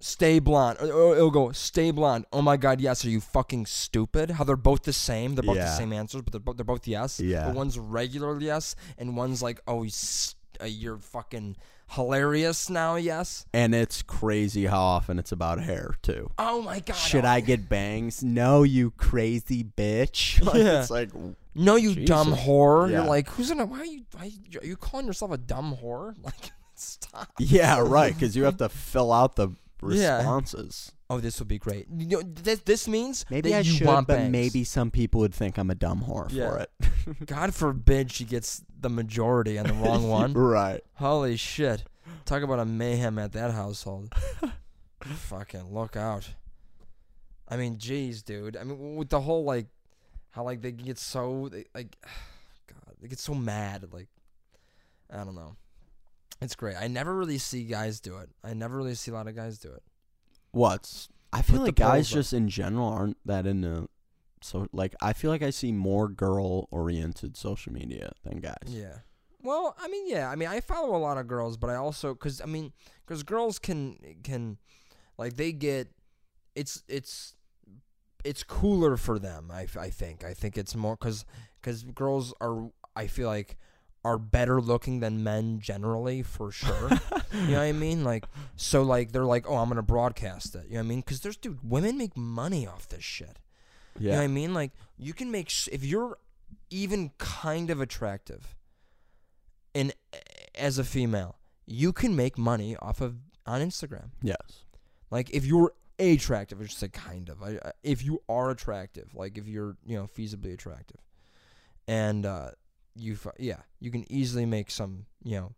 Stay blonde. Or- or It'll go, stay blonde. Oh my god, yes. Are you fucking stupid? How they're both the same. They're both the
Yeah.
same answers, but they're, bo- they're both yes.
Yeah.
But one's regular yes, and one's like, oh, you s- uh, you're fucking hilarious now, yes.
And it's crazy how often it's about hair too.
Oh my god.
Should I get bangs? No, you crazy bitch. Like,
Yeah.
It's like
No, you dumb
Jesus.
whore. You're
Yeah.
like, who's in a, why are you, why are you calling yourself a dumb whore? Like, stop.
Yeah, right, because you have to fill out the
Yeah.
responses.
Oh, this would be great. You know, this, this means that you want bangs.
some people would think I'm a dumb whore
Yeah.
for it.
God forbid she gets the majority on the wrong one.
right.
Holy shit. Talk about a mayhem at that household. Fucking look out. I mean, jeez, dude. I mean, with the whole, like, how, like, they get so, they, like, God, they get so mad. Like, I don't know. It's great. I never really see guys do it. I never really see a lot of guys do it.
What's I feel
Put
like
the
guys
polls up.
just in general aren't that into so like I feel like I see more girl oriented social media than guys.
Yeah. Well, I mean, yeah. I mean, I follow a lot of girls, but I also because I mean, because girls can can like they get it's it's it's cooler for them. I, f- I think I think it's more because because girls are I feel like are better looking than men generally for sure. you know what I mean? Like so like they're like, "Oh, I'm going to broadcast it." You know what I mean? Cuz there's dude, women make money off this shit.
Yeah.
You know what I mean? Like you can make sh- if you're even kind of attractive, and as a female, you can make money off of on Instagram.
Yes.
Like if you're attractive, I should say kind of. I, I- if you are attractive, like if you're you know feasibly attractive, and uh, you fu- yeah, you can easily make some you know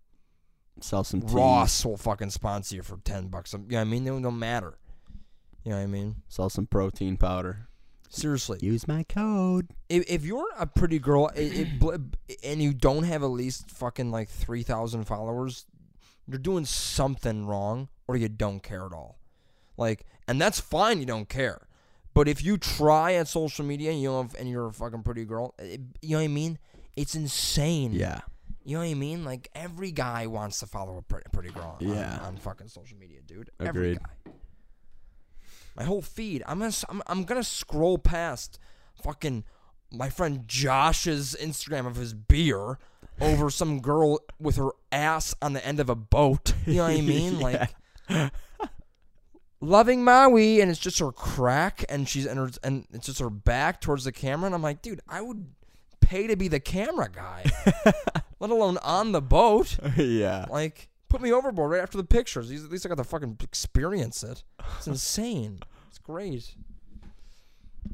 Sell some tea.
Ross will fucking sponsor you for ten bucks. You know what I mean? They don't- don't matter. You know what I mean?
Sell some protein powder.
Seriously.
Use my code.
if, if you're a pretty girl i it, bl and you don't have at least fucking like 3,000 followers, you're doing something wrong or you don't care at all. Like, and that's fine, you don't care. But if you try at social media and, you don't have, and you're a fucking pretty girl, it, you know what I mean? It's insane.
Yeah.
You know what I mean? Like, every guy wants to follow a pretty, pretty girl on,
Yeah.
on fucking social media, dude. Every
Agreed.
guy. My whole feed. I'm gonna. s- I'm, I'm gonna scroll past fucking my friend Josh's Instagram of his beer over some girl with her ass on the end of a boat. You know what I mean? Like loving Maui, and it's just her crack, and she's and, her, and it's just her back towards the camera, and I'm like, dude, I would pay to be the camera guy, let alone on the boat.
yeah.
Like, put me overboard right after the pictures. At least I got to fucking experience it. It's insane. it's great.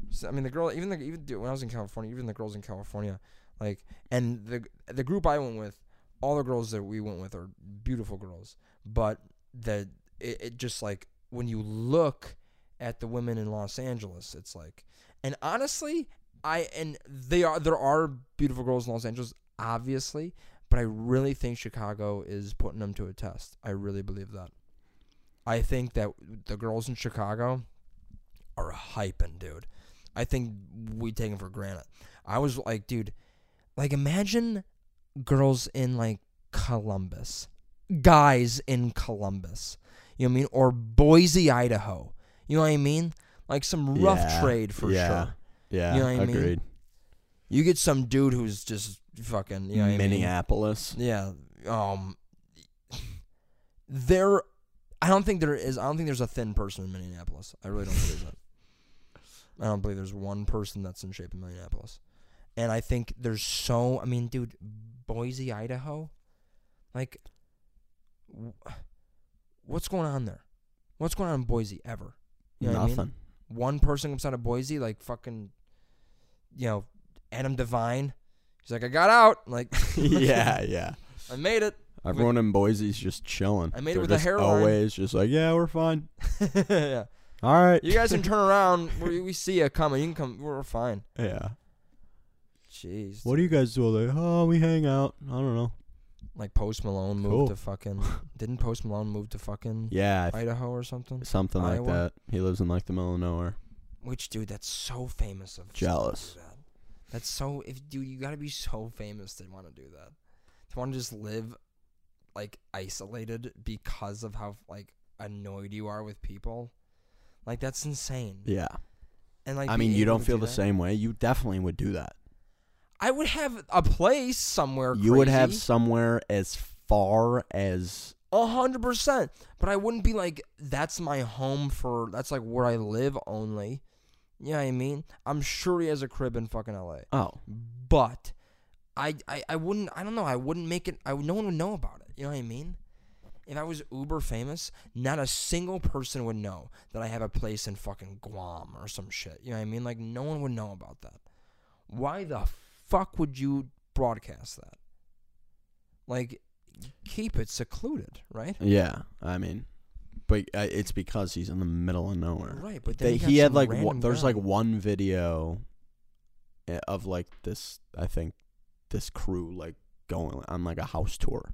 So, I mean, the girl, even the even dude, when I was in California, even the girls in California, like, and the the group I went with, all the girls that we went with are beautiful girls, but the it, it just like when you look at the women in Los Angeles, it's like, and honestly, I and they are there are beautiful girls in Los Angeles, obviously, but I really think Chicago is putting them to a test. I really believe that. I think that the girls in Chicago are hyping, dude. I think we take them for granted. I was like, dude, like imagine girls in like Columbus, guys in Columbus, you know what I mean, or Boise, Idaho. You know what I mean? Like some rough
Yeah.
trade for
Yeah.
sure.
Yeah.
You know what I mean?
Agreed.
You get some dude who's just fucking, you know, what I mean?
Minneapolis.
Yeah. Um. There, I don't think there is. I don't think there's a thin person in Minneapolis. I really don't believe that. I don't believe there's one person that's in shape in Minneapolis, and I think there's so. I mean, dude, Boise, Idaho, like, w- what's going on there? What's going on in Boise ever? You know what I mean?
Nothing.
one person comes out of Boise, like fucking, you know, Adam Devine. He's like, I got out. I'm like,
yeah. Yeah.
I made it.
Everyone in Boise's just chilling.
I made it
They're
with a
just
hairline.
Always just like, yeah, we're fine.
yeah.
All right.
You guys can turn around. We, we see you coming. You can come. We're fine.
yeah.
Jeez.
What do you guys do all day? Oh, we hang out. I don't know.
Like Post Malone moved
Cool.
to fucking. Didn't Post Malone move to fucking
Yeah, I th-
Idaho or something?
something like
Iowa?
that. He lives in like the middle of nowhere.
Which dude? That's so famous of someone to
Jealous.
do that. That's so. If dude, you gotta be so famous to want to do that. To want to just live like isolated because of how like annoyed you are with people. Like that's insane.
Yeah,
And like
I
be
mean, you
able
don't
to
feel
do
the
that.
same way. You definitely would do that.
I would have a place somewhere.
You would have
crazy.
somewhere as far as
A hundred percent. But I wouldn't be like, that's my home for that's like where I live only. You know what I mean? I'm sure he has a crib in fucking LA.
oh,
But I I, I wouldn't I don't know, I wouldn't make it I no one would know about it. You know what I mean? If I was uber famous, not a single person would know that I have a place in fucking Guam or some shit. You know what I mean? Like no one would know about that. Why the fuck would you broadcast that? Like keep it secluded, right?
yeah. I mean, but uh, it's because he's in the middle of nowhere.
Right, but then
They,
you got
he had
some
like one,
random
there's
guy.
like one video uh, of like this. I think this crew like going on like a house tour,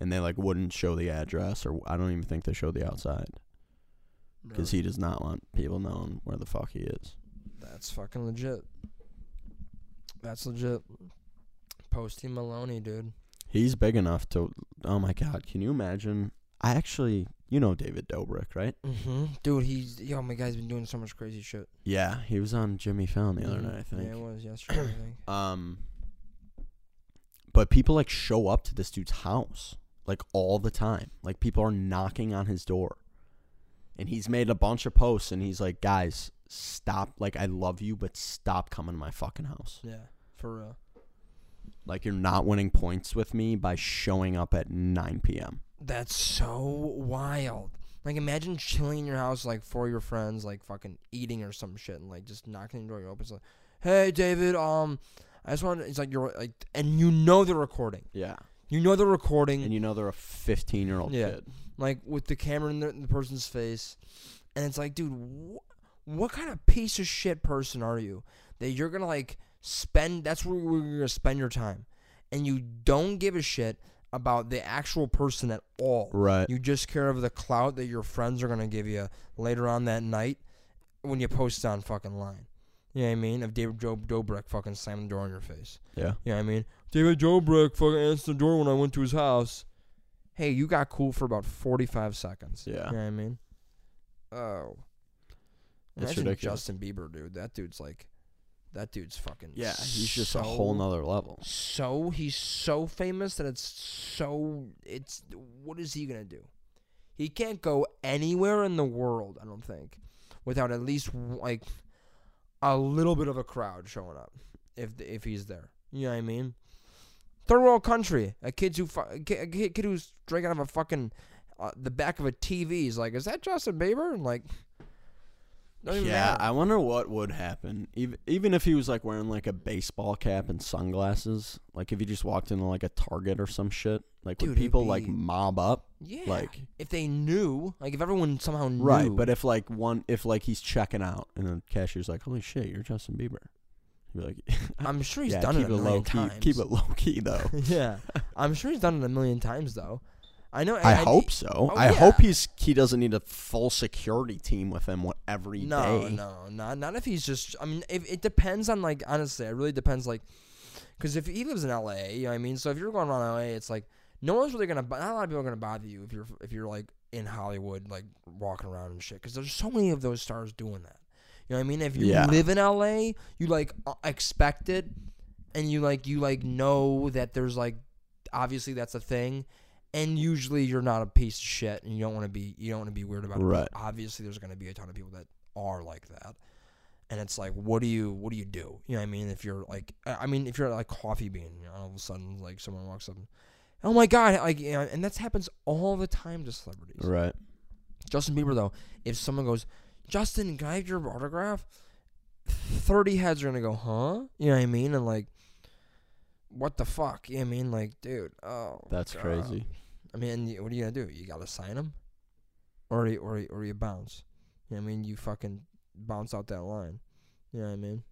and they like wouldn't show the address or I don't even think they showed the outside because he does not want people knowing where the fuck he is.
That's fucking legit. That's legit. Posty Maloney, dude.
He's big enough to. Oh my god, can you imagine? I actually, you know David Dobrik, right?
Mm-hmm. Dude, he's yo, my guy's been doing so much crazy shit.
Yeah, he was on Jimmy Fallon the other
Mhm.
night, I think.
Yeah, it was yesterday. I think.
Um, but people like show up to this dude's house like all the time. Like people are knocking on his door, and he's made a bunch of posts, and he's like, "Guys, stop! Like I love you, but stop coming to my fucking house.
Yeah, for real.
Like you're not winning points with me by showing up at 9 p.m."
That's so wild. Like, imagine chilling in your house, like, for your friends, like, fucking eating or some shit, and, like, just knocking on your door. You open, it's like, hey, David, um, I just wanted, it's like, you're, like, and you know they're recording.
Yeah,
You know they're recording.
and you know they're a 15 year old
Yeah.
kid.
like with the camera in the, in the person's face, and it's like, dude, wh- what kind of piece of shit person are you that you're gonna like spend? That's where you're gonna spend your time, and you don't give a shit about the actual person at all.
Right.
You just care of the clout that your friends are gonna give you later on that night when you post it on fucking line. You know what I mean? If David Joe Dobrik fucking slammed the door in your face.
Yeah.
You know what I mean? David Dobrik fucking answered the door when I went to his house. Hey, you got cool for about 45 seconds.
Yeah.
You know what I mean? Oh.
It's
Imagine
ridiculous.
Justin Bieber, dude. That dude's like, that dude's fucking.
Yeah, he's just
so,
a whole nother level.
So, he's so famous that it's so, it's, what is he going to do? He can't go anywhere in the world, I don't think, without at least like a little bit of a crowd showing up if if he's there. You know what I mean? Third world country, a kid who fu- a ki- a kid, kid who's drinking out of a fucking uh, the back of a TV is like, is that Justin Bieber? And like, doesn't even
Yeah,
matter.
I wonder what would happen. Even even if he was like wearing like a baseball cap and sunglasses, like if he just walked into like a Target or some shit, like
Dude,
would
it'd
people like
be-
mob up?
yeah.
Like
if they knew, like if everyone somehow knew,
right, but if like one if like he's checking out and the cashier's like, "Holy shit, you're Justin Bieber." He'd be like,
I'm sure he's
yeah,
done
keep
it a million
low key.
times.
Keep it low key though.
yeah, I'm sure he's done it a million times though. I know.
I
I'd-
hope so.
Oh,
I hope
yeah.
he's he doesn't need a full security team with him what- every day.
no, No, not not if he's just. I mean, if it depends on like honestly, it really depends like, because if he lives in L.A., you know what I mean. So if you're going around L.A., it's like no one's really gonna. bo- Not a lot of people are gonna bother you if you're if you're like in Hollywood, like walking around and shit. Because there's so many of those stars doing that. You know what I mean? If you
Yeah.
live in L.A., you like uh, expect it, and you like you like know that there's like obviously that's a thing. And usually you're not a piece of shit, and you don't want to be you don't want to be weird about it. but
Right.
Obviously, there's going to be a ton of people that are like that and it's like what do you what do you do you know what i mean if you're like i I mean if you're like coffee bean you know, all of a sudden like someone walks up and, oh my god like you know, and that happens all the time to celebrities
Right.
justin bieber though if someone goes justin can i have your autograph 30 heads are gonna go huh you know what i mean and like what the fuck you know what i mean like dude oh
That's
God.
crazy.
i mean you- what are you gonna do you gotta sign him or you, or you, or you bounce you know what i mean you fucking bounce out that line you know what i mean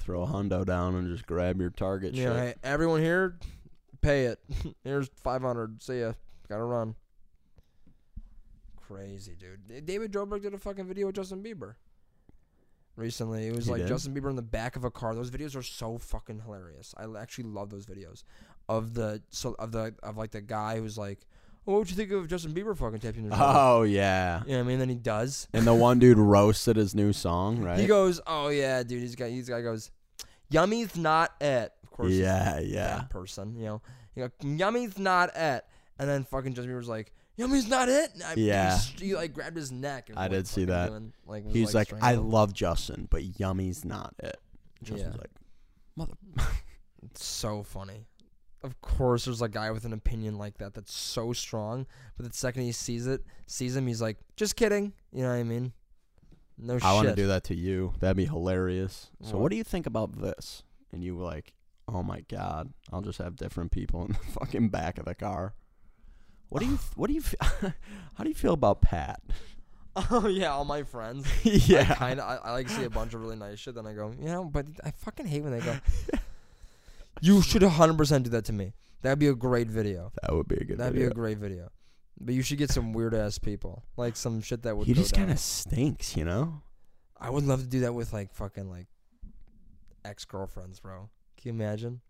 Throw a hundo down and just grab your target
Yeah,
shit.
hey, everyone here, Pay it. Here's five hundred. See ya. Gotta run. Crazy dude. David Dobrik did a fucking video with Justin Bieber recently. It was
He
like
did?
Justin Bieber in the back of a car. Those videos are so fucking hilarious. I actually love those videos of the so of the of like the guy who's like, oh, what would you think of Justin Bieber fucking tapping your shoulder?"
Oh yeah.
You know what I mean? Then he does.
And the one dude roasted his new song, right?
He goes, "Oh yeah, dude." He's got. He's guy goes, "Yummy's not it." Of course, he's
yeah,
that
yeah.
person, you know. He goes, "Yummy's not it," and then fucking Justin Bieber's like, "Yummy's not it." And I,
Yeah.
He, s- he, like grabbed his neck. And
I
was, like,
did see
fucking
that.
doing, like, was,
He's like, I
strangling.
love Justin, but Yummy's not it. Justin's
Yeah.
like, mother.
It's so funny. Of course, there's a guy with an opinion like that that's so strong, but the second he sees it, sees him, he's like, "Just kidding," you know what I mean? No Oh, shit.
I want to do that to you. That'd be hilarious. So
What?
what do you think about this? And you were like, oh my god, I'll just have different people in the fucking back of the car. What do you? What do you? f- How do you feel about Pat?
Oh yeah, all my friends.
yeah.
kind of I, I like see a bunch of really nice shit then i go you know but i fucking hate when they go you should 100% do that to me that'd be a great video
That would be a good.
that'd
video.
be a great video but you should get some weird ass people like some shit that would
he
go
just
down.
kind of stinks, you know.
i would love to do that with like fucking like ex-girlfriends bro can you imagine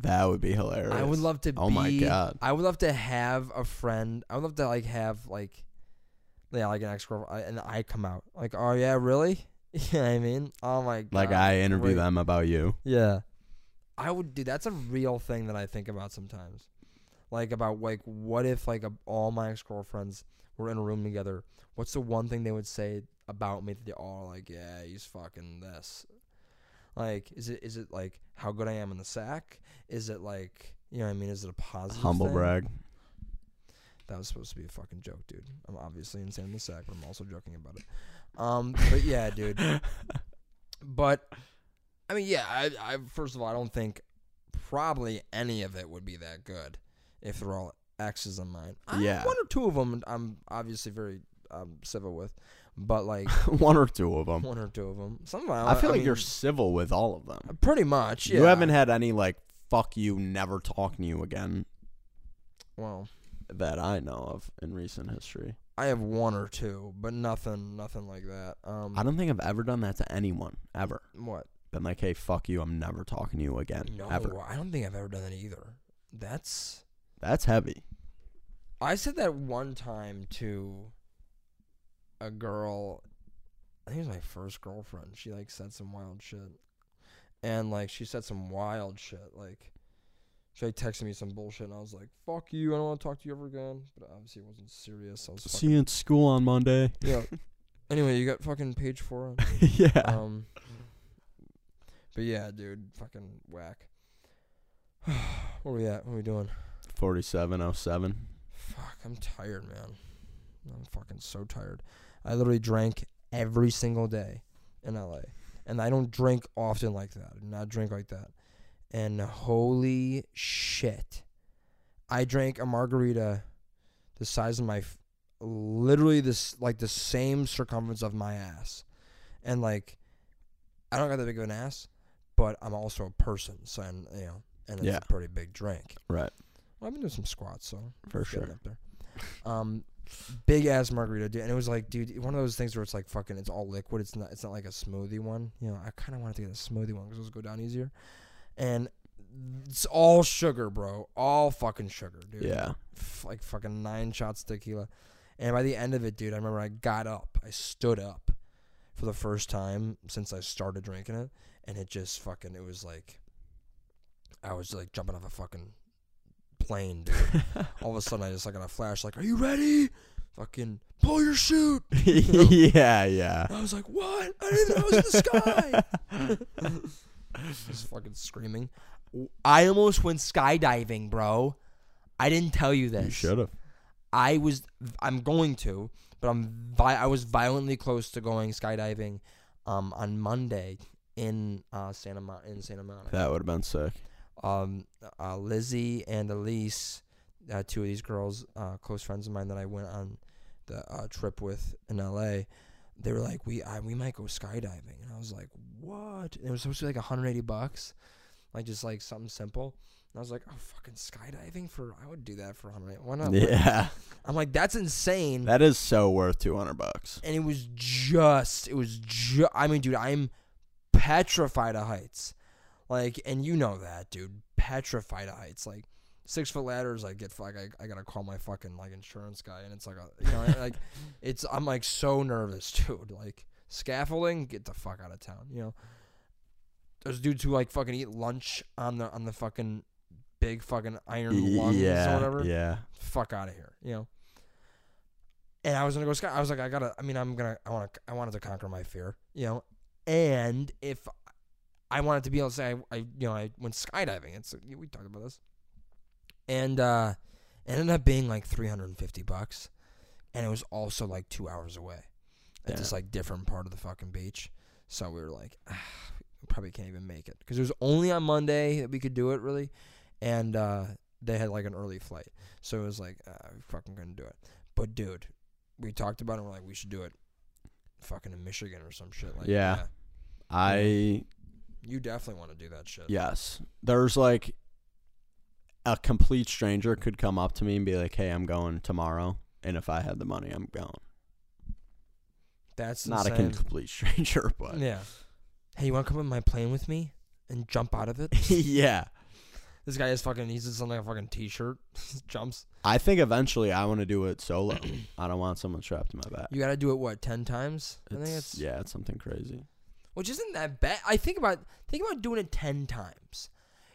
That would be hilarious.
i would love to
Oh
be
my God.
i would love to have a friend i would love to like have like yeah like an ex-girlfriend and i come out like oh yeah really yeah i mean oh my god
Like I interview
wait.
them about you.
Yeah. I would do that's a real thing that I think about sometimes. Like about like what if like a, all my ex-girlfriends were in a room together? What's the one thing they would say about me that they all like, yeah, he's fucking this. Like is it is it like how good I am in the sack? Is it like you know what I mean? Is it a positive
Humble
thing?
brag.
That was supposed to be a fucking joke, dude. I'm obviously insane in the sack, but I'm also joking about it. Um, but yeah, dude. But I mean, yeah. I, I first of all, I don't think probably any of it would be that good if they're all X's on mine. I,
Yeah.
one or two of them I'm obviously very um, civil with, but like
One or two of them.
one or two of them. Some of 'em,
Um, I feel like
mean,
you're civil with all of them.
pretty much. Yeah.
You haven't had any like fuck you, never talking to you again
Well,
that I know of in recent history.
I have one or two, but nothing, nothing like that. Um,
I don't think I've ever done that to anyone ever.
what?
Been like, hey, fuck you, I'm never talking to you again
No,
ever.
I don't think I've ever done that either. That's
That's heavy.
I said that one time to a girl. I think it was my first girlfriend. She like said some wild shit, and like she said some wild shit. Like she like texted me some bullshit, and I was like, "Fuck you! I don't want to talk to you ever again." But obviously, it wasn't serious. I was fucking,
you in school on Monday.
yeah. Anyway, you got fucking page four on.
yeah.
Um, but yeah, dude, fucking whack. Where we at? What are we doing?
Forty seven oh seven.
Fuck, I'm tired, man. I'm fucking so tired. I literally drank every single day in LA. And I don't drink often like that. I do not drink like that. And holy shit. I drank a margarita the size of my f- literally this like the same circumference of my ass. And like I don't got that big of an ass, but I'm also a person, so and you know, and it's
Yeah.
a pretty big drink.
Right.
Well, I've been doing some squats, so
For
it's getting
sure.
Up there. Um, big ass margarita, dude, and it was like, dude, one of those things where it's like fucking, it's all liquid. It's not, it's not like a smoothie one. You know, I kind of wanted to get a smoothie one because those go down easier. And it's all sugar, bro. All fucking sugar, dude.
Yeah.
F- like fucking nine shots of tequila. And by the end of it, dude, I remember I got up, I stood up for the first time since I started drinking it, and it just fucking, it was like, I was like jumping off a fucking plane, dude all of a sudden I just like got a flash like, Are you ready? Fucking pull your chute.
yeah, yeah.
I was like, What? I didn't know it was in the sky. just fucking screaming. I almost went skydiving, bro. I didn't tell you this.
You should have.
I was I'm going to, but I'm vi- I was violently close to going skydiving um on Monday in uh Santa Mon- in Santa Monica.
That would have been sick.
um, uh, Lizzie and Elise, uh, two of these girls, uh, close friends of mine that I went on the uh, trip with in LA, they were like, "We I, we might go skydiving," and I was like, "What?" And it was supposed to be like 180 bucks, like just like something simple. I was like, oh, fucking skydiving for I would do that for 100. Why not?
Yeah.
I'm like, that's insane.
That is so worth 200 bucks.
and it was just, it was just. I mean, dude, I'm petrified of heights. Like, and you know that, dude, petrified of heights. Like, six foot ladders, I get fuck. I, I gotta call my fucking like insurance guy, and it's like, a, you know, like it's. I'm like so nervous, dude. Like scaffolding, get the fuck out of town, you know. Those dudes who like fucking eat lunch on the on the fucking big fucking iron lungs or whatever
Yeah.
fuck out of here, you know. And I was gonna go sky. I was like, I gotta. I mean, I'm gonna. I want to. I wanted to conquer my fear, you know. And if I wanted to be able to say, I, I you know, I went skydiving. It's we talked about this, and uh it ended up being like 350 bucks, and it was also like two hours away, at this like different part of the fucking beach. So we were like, ah, we probably can't even make it because it was only on Monday that we could do it really, and uh they had like an early flight. So it was like, uh, we fucking couldn't do it. But dude, we talked about it. And we're like, we should do it, fucking in Michigan or some shit. Like,
Yeah. I
you definitely want to do that shit.
yes. There's like a complete stranger could come up to me and be like, "Hey, I'm going tomorrow." And if I had the money, I'm going.
that's
Not a
insane.
complete stranger, but
Yeah. Hey, you want to come on my plane with me and jump out of it?
yeah.
this guy is fucking. He's just on like a fucking t-shirt. jumps.
I think eventually I want to do it solo. I don't want someone strapped to my back.
You got to do it what ten times? I think
It's-
it's
yeah, it's something crazy.
which isn't that bad. I think about think about doing it ten times.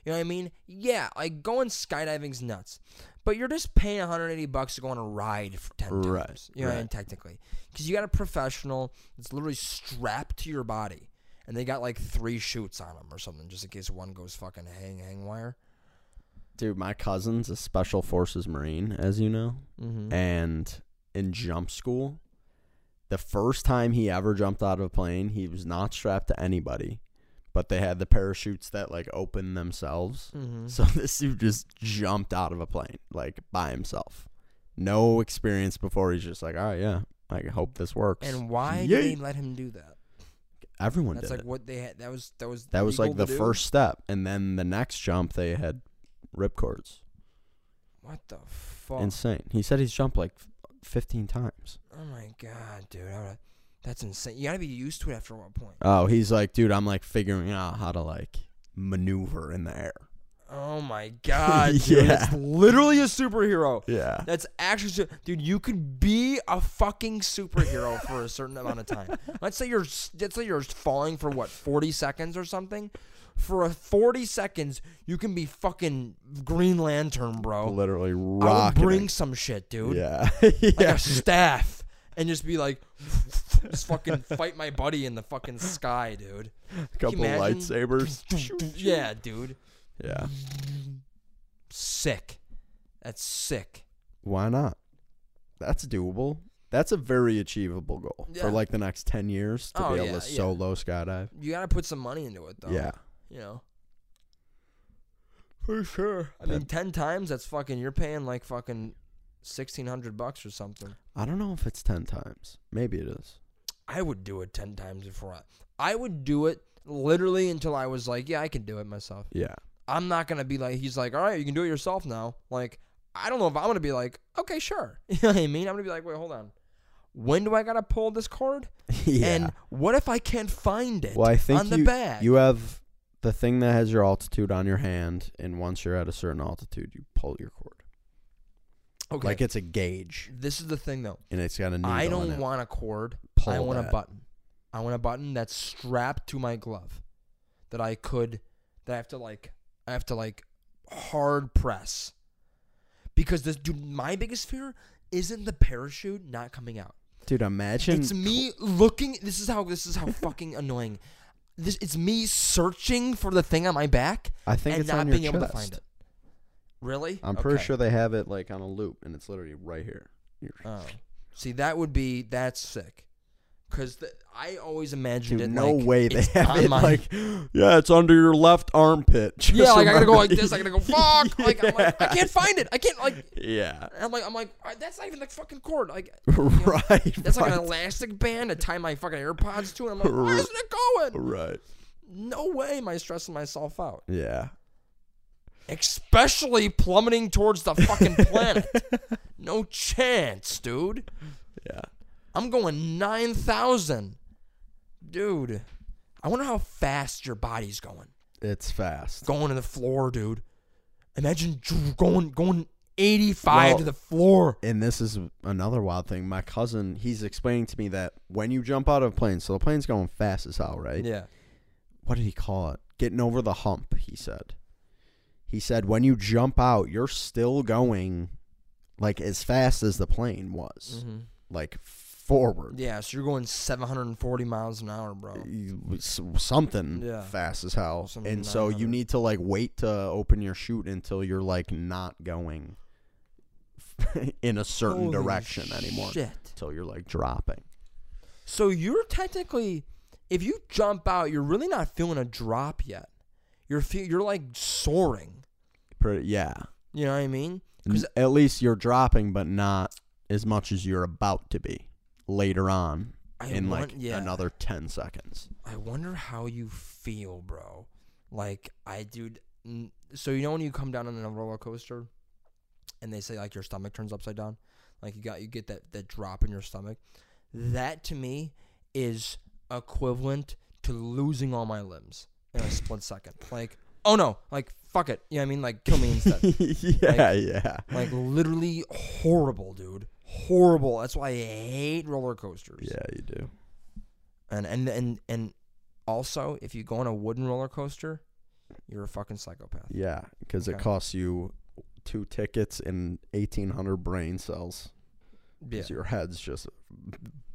You know what I mean? Yeah, like going skydiving's nuts, but you're just paying 180 bucks to go on a ride for ten
Right,
times. You know what I mean?
right.
Technically, because you got a professional that's literally strapped to your body, and they got like three chutes on them or something, just in case one goes fucking hang hang wire.
Dude, my cousin's a special forces marine, as you know,
Mm-hmm.
and in jump school, the first time he ever jumped out of a plane, he was not strapped to anybody, but they had the parachutes that like open themselves.
Mm-hmm.
So this dude just jumped out of a plane like by himself. No experience before. He's just like, "All right, yeah, I hope this works."
And why
Yeet.
did they let him do that?
everyone
That's
did
like
it.
what they had. That was that was
That was like
legal
the
to do?
first step, and then the next jump they had rip cords.
What the fuck?
Insane. He said he's jumped like f- 15 times.
Oh my god, dude, I would- that's insane. You gotta be used to it after one point.
Oh, he's like, dude, I'm like figuring out how to like maneuver in the air.
Oh my god, dude, that's
Yeah.
literally a superhero.
Yeah.
That's actually, su- dude, you could be a fucking superhero for a certain amount of time. Let's say you're, s- let's say you're falling for what, forty seconds or something. For a forty seconds, you can be fucking Green Lantern, bro.
Literally
I would
rocking.
bring
it.
some shit, dude.
yeah.
like
yeah.
a staff and just be like just fucking fight my buddy in the fucking sky, dude.
couple
imagine?
lightsabers.
yeah, dude.
yeah.
Sick. That's sick.
Why not? That's doable. That's a very achievable goal
Yeah.
for like the next 10 years to
Oh,
be able
yeah,
to
yeah.
solo skydive.
You gotta put some money into it though.
Yeah.
You know. For sure. I mean ten times that's fucking you're paying like fucking sixteen hundred bucks or something.
I don't know if it's 10 times. Maybe it is.
I would do it ten times before I I would do it literally until I was like, Yeah, I can do it myself.
Yeah.
I'm not gonna be like he's like, all right, you can do it yourself now. Like, I don't know if I'm gonna be like, okay, sure. You know what I mean? I'm gonna be like, wait, hold on. When do I gotta pull this card?
yeah.
And what if I can't find it
Well, I think
on the
you,
bag?
you have the thing that has your altitude on your hand, and once you're at a certain altitude, you pull your cord.
okay.
Like it's a gauge,
this is the thing though.
and it's got a needle.
I
in
don't
it.
want a cord.
Pull
I want a
that.
button. I want a button that's strapped to my glove that I could that I have to like I have to like hard press. Because this dude my biggest fear isn't the parachute not coming out.
dude. Imagine
It's me looking. This is how. This is how fucking annoying. This it's me searching for the thing on my back
I think
and
it's
not
on your
being able to
chest.
find it. Really?
I'm pretty
Okay.
sure they have it like on a loop, and it's literally right here. You're-
Oh, see, that would be that's sick. Cause the, I always imagined
Dude,
it.
no
like,
way they
it's
have
on
it
my-
like, yeah, it's under your left armpit. Just
Yeah, like I gotta go
remember-
like this. I gotta go fuck. Like, I'm like I can't find it. I can't like.
yeah,
I'm like I'm like "All right, that's not even the fucking cord. Like
right.
that's like
right,
an elastic band to tie my fucking AirPods to. And I'm like, where isn't it going?
right.
No way am I stressing myself out.
Yeah,
especially plummeting towards the fucking planet. no chance, dude.
Yeah.
I'm going 9,000. Dude, I wonder how fast your body's going.
It's fast.
Going to the floor, dude. Imagine dr- going going 85
Well-
to the floor.
And this is another wild thing. My cousin, he's explaining to me that when you jump out of a plane, so the plane's going fast as hell, right?
Yeah.
What did he call it? Getting over the hump, he said. He said when you jump out, you're still going like as fast as the plane was,
Mm-hmm.
like forward.
Yeah, so you're going 740 miles an hour, bro.
You- s- Something
Yeah.
fast as hell,
Something
and so you
900.
need to like wait to open your chute until you're like not going in a certain
Holy
direction anymore.
Shit.
Until you're like dropping.
So you're technically, if you jump out, you're really not feeling a drop yet. You're fe- you're like soaring.
Pretty, yeah.
You know what I mean?
N-
'Cause-
at least you're dropping, but not as much as you're about to be later on
I
in
want-
like
yeah.
another 10 seconds.
I wonder how you feel, bro. Like I, dude. n- So you know when you come down on a roller coaster, and they say like your stomach turns upside down, like you got you get that that drop in your stomach. That to me is equivalent to losing all my limbs in a split second. Like oh no, like fuck it. You know what I mean? Like kill me instead.
yeah, yeah.
Like literally horrible, dude. Horrible. That's why I hate roller coasters.
yeah, you do.
And and and and also, if you go on a wooden roller coaster, you're a fucking psychopath.
Yeah, because
Okay.
it costs you two tickets and 1,800 brain cells.
Yeah.
'cause your head's just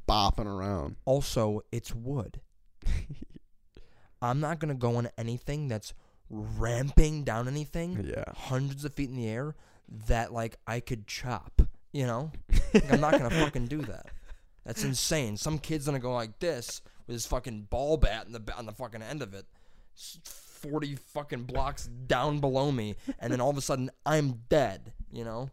bopping around.
Also, it's wood. I'm not gonna go on anything that's ramping down anything
Yeah.
hundreds of feet in the air that like I could chop. You know, like, I'm not gonna fucking do that. That's insane. Some kid's gonna go like this with his fucking ball bat in the ba- on the fucking end of it, s- forty fucking blocks down below me, and then all of a sudden I'm dead. You know,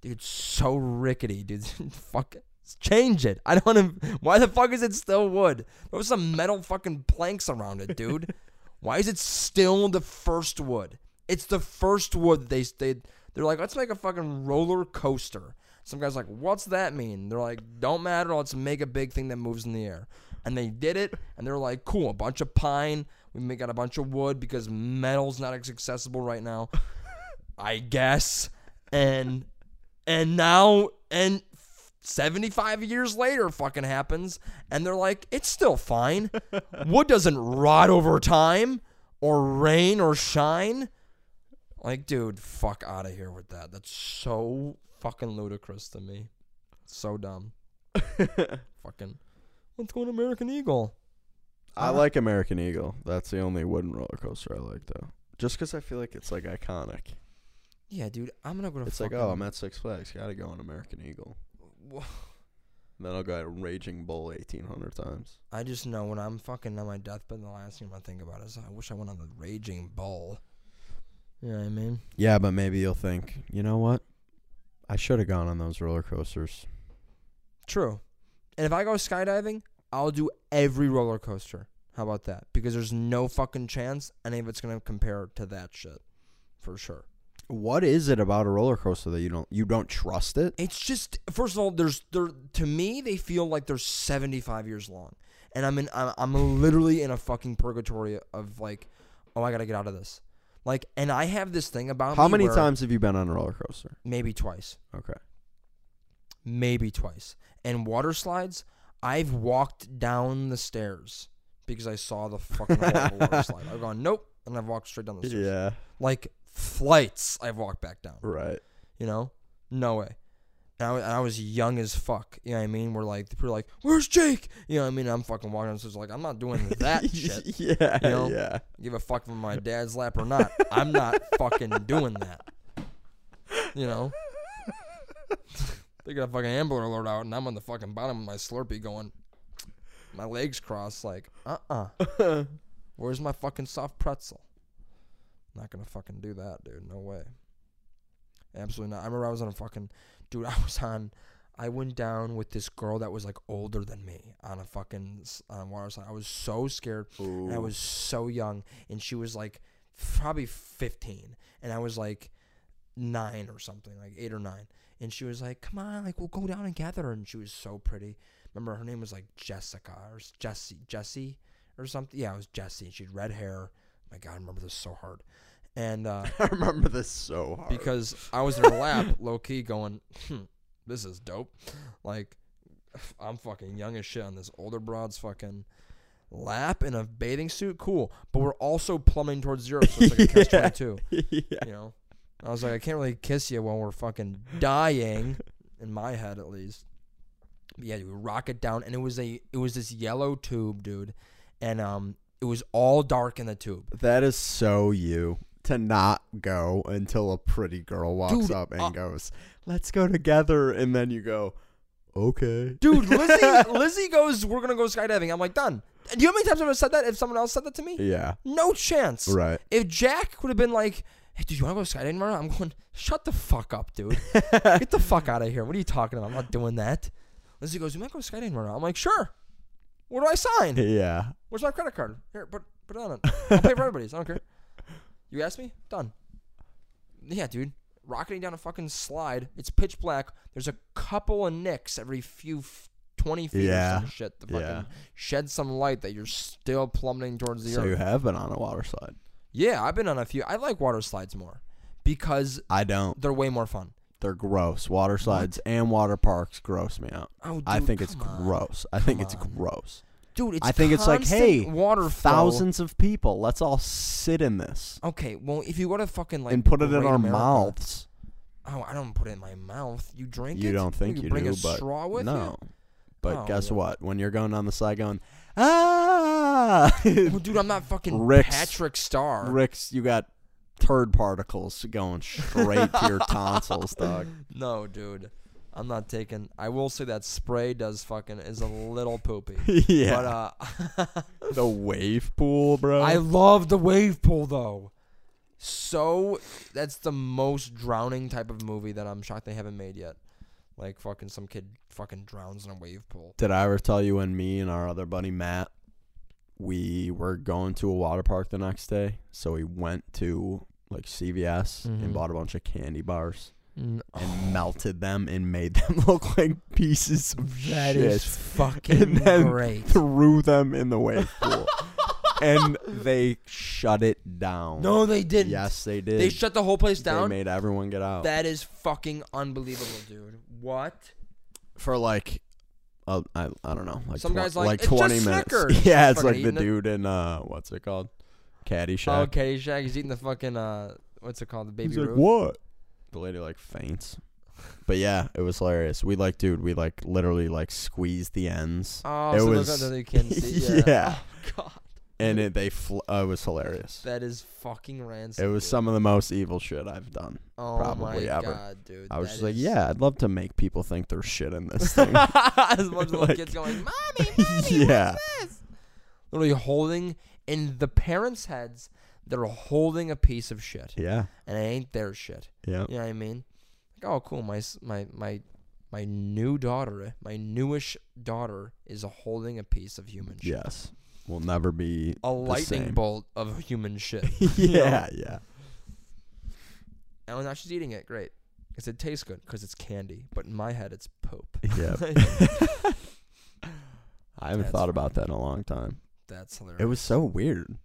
dude, so rickety, dude. fuck, it. change it. I don't. Have, why the fuck is it still wood? There was some metal fucking planks around it, dude. why is it still the first wood? It's the first wood they they they're like, let's make a fucking roller coaster. Some guy's like, what's that mean? They're like, don't matter. Let's make a big thing that moves in the air. And they did it, and they're like, cool, a bunch of pine. We make out a bunch of wood because metal's not as accessible right now, I guess. And and now and 75 years later fucking happens and they're like it's still fine wood doesn't rot over time or rain or shine like dude fuck out of here with that that's so fucking ludicrous to me so dumb fucking let's go on american eagle
I
Uh,
like American Eagle. That's the only wooden roller coaster I like, though. Just because I feel like it's like iconic.
yeah dude i'm gonna go to
It's like,
fucking,
oh, I'm at Six Flags. Gotta go on American Eagle. Then I'll go at Raging Bull 1,800 times.
i just know when i'm fucking on my deathbed the last thing i think about is i wish i went on the raging bull you know what i mean
Yeah, but maybe you'll think, you know what? I should have gone on those roller coasters.
True. And if I go skydiving, I'll do every roller coaster. How about that? Because there's no fucking chance any of it's gonna compare to that shit, for sure.
What is it about a roller coaster that you don't you don't trust it?
It's just first of all, there's there to me they feel like they're 75 years long, and I'm in I'm, I'm literally in a fucking purgatory of like, oh I gotta get out of this, like, and I have this thing about
How
me
many
where-
times have you been on a roller coaster?
maybe twice
Okay.
maybe twice. And water slides, I've walked down the stairs because I saw the fucking horrible water slide. I've gone nope, and I've walked straight down the stairs.
Yeah.
Like flights, I've walked back down.
Right.
You know, no way. And I, wa- and I was young as fuck. You know what I mean? We're like, people are like, "Where's Jake?" You know what I mean? I'm fucking walking. down the stairs like, I'm not doing that shit.
yeah.
You know?
Yeah.
Give a fuck if I'm on my dad's lap or not. I'm not fucking doing that. You know? they got a fucking Amber Alert out, and I'm on the fucking bottom of my Slurpee going, my legs crossed, like, uh uh Where's my fucking soft pretzel? Not gonna fucking do that, dude. No way. Absolutely not. I remember I was on a fucking, dude, I was on, I went down with this girl that was like older than me on a fucking s- on a water slide. I was so scared. And I was so young, and she was like probably 15 and I was like 9 or something, like 8 or 9. And she was like, "Come on, like we'll go down and gather." her." And she was so pretty. Remember her name was like Jessica or Jessie, Jessie or something. Yeah, it was Jessie. And she had red hair. My god, I remember this so hard. And uh
I remember this so hard.
because I was in her lap, low key, going, hmm, "This is dope." Like, I'm fucking young as shit on this older broad's fucking lap in a bathing suit. Cool, but we're also plumbing towards zero, so it's like a catch
Yeah.
twenty two.
yeah.
You know, I was like, I can't really kiss you while we're fucking dying, in my head at least. But yeah, you rock it down, and it was a it was this yellow tube, dude, and um, it was all dark in the tube.
That is so you to not go until a pretty girl walks
Dude,
up and
uh,
goes, "Let's go together," and then you go, "Okay."
Dude, Lizzie, Lizzie goes, we're gonna go skydiving. I'm like, done. Do you know how many times I've said that? If someone else said that to me,
Yeah.
no chance.
Right.
If Jack would have been like, hey, dude, you wanna go skydiving tomorrow? I'm going, shut the fuck up, dude. Get the fuck out of here. What are you talking about? I'm not doing that. Lizzie goes, you might go skydiving tomorrow. I'm like, sure. Where do I sign?
Yeah.
Where's my credit card? Here, put put it on it. I'll pay for everybody's. I don't care. You asked me? Done. Yeah, dude. Rocketing down a fucking slide. It's pitch black. There's a couple of nicks every few f- twenty feet or
Yeah.
some shit to fucking
Yeah.
shed some light that you're still plummeting towards the
So you
earth.
have been on a water slide.
Yeah, I've been on a few. I like water slides more because
I don't.
they're way more fun.
They're gross. Water slides and water parks gross me out.
Oh, dude,
I think it's
come on.
gross. I think it's
Come
gross.
Dude, it's
I think it's like,
constant
hey,
water flow.
thousands of people. Let's all sit in this
Okay, well, if you go to fucking like
and put it in
Great
our
America-
mouths.
Oh, I don't put it in my mouth. You drink it.
You don't think you,
bring
do,
a
but
straw with
no.
you?
But
Oh,
guess
yeah.
what? When you're going down the side going, ah,
Well, Oh, dude, I'm not fucking
Rick's-
Patrick Star.
Rick's, you got turd particles going straight to your tonsils, dog.
No, dude, I'm not taking. I will say that spray does fucking is a little poopy. But
yeah, Oh.
uh,
the wave pool, bro.
I love the wave pool though. So that's the most drowning type of movie that I'm shocked they haven't made yet. Like fucking some kid fucking drowns in a wave pool.
Did I ever tell you when me and our other buddy Matt, we were going to a water park the next day? So we went to like CVS
Mhm.
and bought a bunch of candy bars
N-
and melted them and made them look like pieces of
That
shit.
is fucking
And then
great.
Threw them in the wave pool. and they shut it down.
No, they didn't.
Yes, they did.
They shut the whole place
They
down.
made everyone get out
That is fucking unbelievable, dude. What?
for like, uh, I I don't know, like
Some
twen-
guy's like,
like
"It's just
twenty minutes.
Snickers."
Yeah, it's
Fucking
like the
eating it.
dude in uh, what's it called, Caddyshack.
Oh, Caddyshack. He's eating the fucking uh, what's it called? The baby
He's like,
Ruth.
what? The lady like faints. But yeah, it was hilarious. We like, dude, we like literally like squeezed the ends,
Oh,
It
so
was-
look at you can see. Yeah.
Yeah.
Oh, God,
and it they fl- uh, it was hilarious.
that is fucking rancid.
It was
dude.
some of the most evil shit I've done.
Oh
probably
my
ever.
God, dude.
I was
that
just like,
is-
yeah, I'd love to make people think there's shit in this thing.
As much as the
Like-
kids going, mommy, mommy,
Yeah.
what's this? Literally holding in the parents' heads, they're holding a piece of shit,
yeah,
and it ain't their shit.
yeah.
You know what I mean? Like, oh, cool. My s- my my my new daughter, my newish daughter, is holding a piece of human shit.
Yes. We'll never be
A
the
lightning
same.
bolt of human shit.
yeah, yeah.
and now she's eating it. Great, because it tastes good. Because it's candy. But in my head, it's poop.
Yeah. I haven't
That's
thought about that in a long time.
That's hilarious.
It was so weird.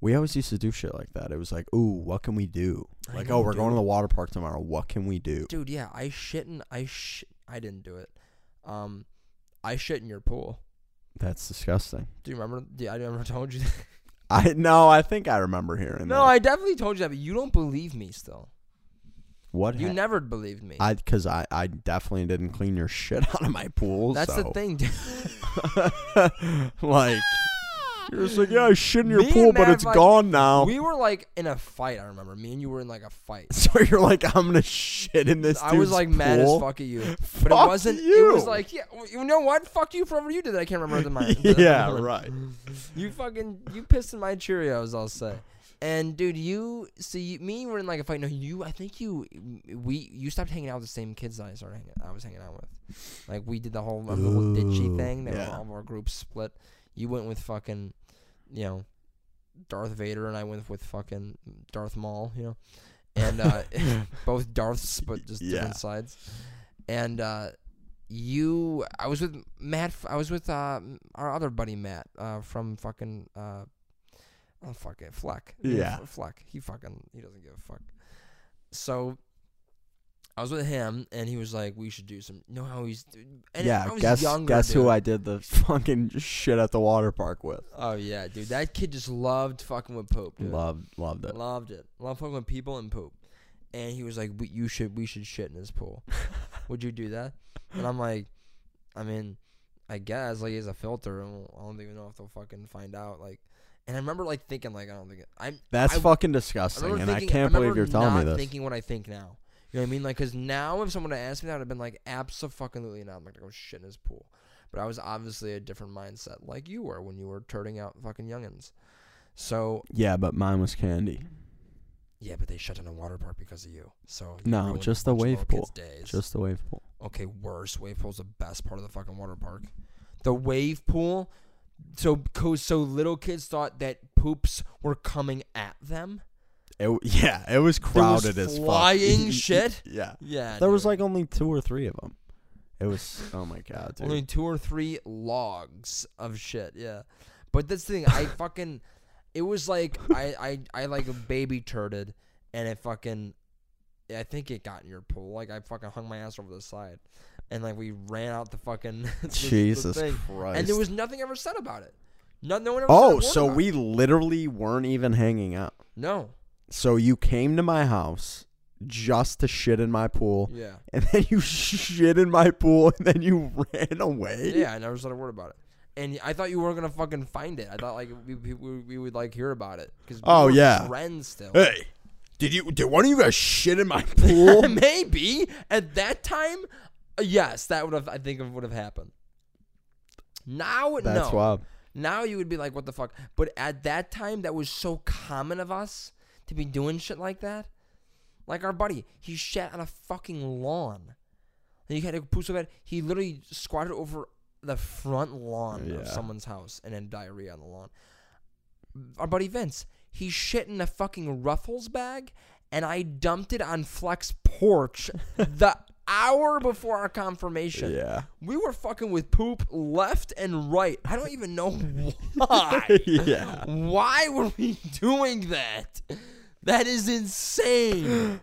We always used to do shit like that. It was like, ooh, what can we do?
I
Like,
know,
oh, we're going to
dude.
the water park tomorrow. What can we do?
dude. Yeah, I shit in. I sh- I didn't do it. Um, I shit in your pool.
That's disgusting.
Do you remember? Yeah, I never told you. That.
I no, I think I remember hearing
No,
that.
I definitely told you that, but you don't believe me. Still,
what
you
ha-
never believed me.
I because I I definitely didn't clean your shit out of my pool.
That's the
so-
thing, dude.
like you're just like, yeah, I shit in your
Me and
pool, but
Matt,
it's
like,
gone now.
We were like in a fight. I remember me and you were in like a fight.
So you're like, I'm gonna shit in this.
I was
dude's
like mad as
pool?
fuck at you, but it
Fuck
wasn't. It was
you.
like, yeah, well, you know what? Fuck you for whatever you did. That I can't remember the mind.
yeah, right.
You fucking you pissed in my Cheerios. I'll say. And dude, you see you, me and you were in like a fight. No, you. I think you we you stopped hanging out with the same kids that I started hanging. I was hanging out with. Like we did the whole remember the whole ditchy
Ooh,
thing. That
yeah.
all of our groups split. You went with fucking, you know, Darth Vader and I went with fucking Darth Maul, you know, and uh, both Darths, but just
Yeah.
different sides. And uh, you, I was with Matt. F- I was with uh, our other buddy Matt uh, from fucking uh, oh fuck it, Fleck.
Yeah.
F- Fleck. He fucking he doesn't give a fuck. So. I was with him, and he was like, "We should do some." You know how he's, and
yeah,
I was
guess
younger,
guess
dude.
who I did the fucking shit at the water park with.
Oh yeah, dude, that kid just loved fucking with poop. Dude.
Loved loved it.
Loved it. Loved fucking with people and poop. And he was like, we, "You should, we should shit in this pool. Would you do that?" And I'm like, "I mean, I guess like it's a filter. I don't, I don't even know if they'll fucking find out." Like, and I remember like thinking like, "I don't think it, I."
That's
I-
fucking
I
disgusting,
remember
and I
thinking-
can't believe
remember
you're telling me
not
this.
Thinking what I think now. You know what I mean? Like, cause now if someone had asked me that, I'd have been like, absolutely not. I'm not gonna go shit in his pool. But I was obviously a different mindset, like you were when you were turning out fucking youngins. So
yeah, but mine was candy.
yeah, but they shut down a water park because of you. So you
No,
ruined
just
a
the
bunch of
wave
little kids'
pool.
Days.
Just the wave pool.
okay, worse. Wave pool's the best part of the fucking water park. The wave pool. So, 'cause- so little kids thought that poops were coming at them.
It, w- yeah, it was
There was
crowded as fuck.
flying shit.
Yeah,
Yeah,
there was
dude.
like only two or three of them. It was oh my god, dude.
Only two or three logs of shit. Yeah, but that's the thing. I fucking. It was like I I I like a baby turded, and it fucking. I think it got in your pool. Like I fucking hung my ass over the side, and like we ran out the fucking the- the
Jesus
thing.
Christ.
and there was nothing ever said about it. No, no one ever. said a
oh,
word
so
about it.
we literally weren't even hanging out.
no,
So you came to my house just to shit in my pool,
yeah,
and then you shit in my pool, and then you ran away.
yeah. I never said a word about it. And I thought you were gonna fucking find it. I thought like we, we, we would like hear about it because
Oh, yeah.
friends still.
Hey, did you? Did one of you guys shit in my pool?
Maybe at that time, uh, yes, that would have. I think it would have happened. Now,
That's
no.
wild.
Now you would be like, "What the fuck?" But at that time, that was so common of us to be doing shit like that. Like our buddy, he shat on a fucking lawn. And he had a poo so bad he literally squatted over the front lawn
Yeah.
of someone's house and had diarrhea on the lawn. Our buddy Vince, he shit in a fucking Ruffles bag, and I dumped it on Flex porch the hour before our confirmation.
Yeah.
We were fucking with poop left and right. I don't even know why.
Yeah.
Why were we doing that? That is insane.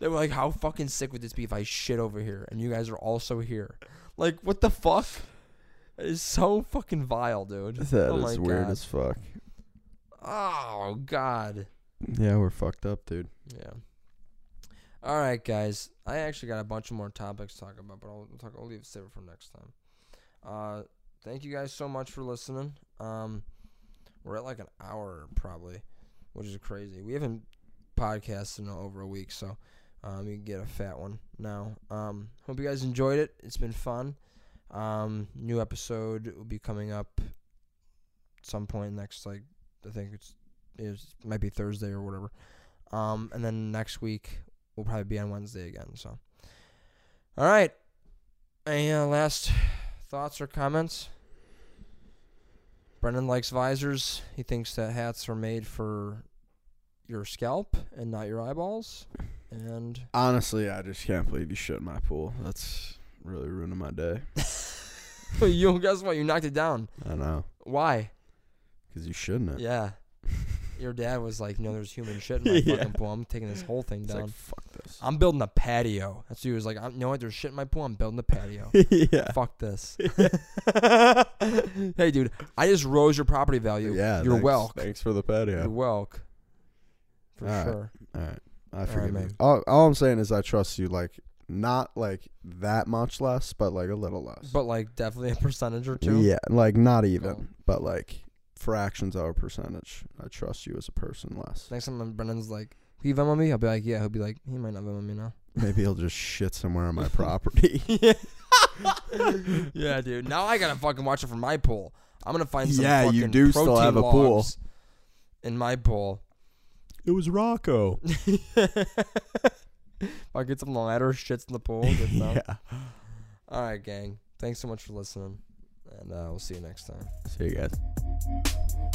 They were like, how fucking sick would this be if I shit over here and you guys are also here? Like, what the fuck? It is so fucking vile, dude.
That is
oh my
weird
God.
as fuck.
Oh, God.
Yeah, we're fucked up, dude.
Yeah. All right, guys. I actually got a bunch of more topics to talk about, but I'll I'll talk. I'll leave save it for next time. Uh, thank you guys so much for listening. Um, we're at like an hour probably, which is crazy. We haven't podcasted in over a week, so um, you can get a fat one now. Um, hope you guys enjoyed it. It's been fun. Um, new episode will be coming up some point next like I think it's it might be Thursday or whatever. Um, and then next week we'll probably be on Wednesday again. So, all right. Any uh, last thoughts or comments? Brendan likes visors. He thinks that hats are made for your scalp and not your eyeballs. And
Honestly, I just can't believe you shit in my pool. That's really ruining my day.
you guess what? You knocked it down.
I know.
Why?
Because you shouldn't have.
Yeah. Your dad was like, "No, there's human shit in my
Yeah.
fucking pool. I'm taking this whole thing
It's
down.
like, fuck this.
I'm building a patio." That's what he was like. I'm, "You know what? There's shit in my pool. I'm building a patio."
yeah.
Fuck this. hey, dude, I just rose your property value.
yeah.
you're
thanks,
welk.
Thanks for the
You're
patio.
welk. For
All right.
sure.
All right. I forgive you.
man.
All, all I'm saying is I trust you, like, not like that much less, but like a little less.
But like, definitely a percentage or two.
Yeah. Like, not even,
Oh.
but like fractions of a percentage. I trust you as a person less.
Next time when Brendan's like, "Will you Venmo me?" I'll be like, "Yeah." He'll be like, "He might not Venmo me now."
Maybe he'll just shit somewhere on my property.
yeah, dude. Now I gotta fucking watch it from my pool. I'm gonna find some.
Yeah, you
fucking
do still
protein
have a pool.
logs In my pool.
it was Rocco.
I get some ladder shits in the pool. Good stuff. All right, gang. Thanks so much for listening. And uh, we'll see you next time.
See you guys.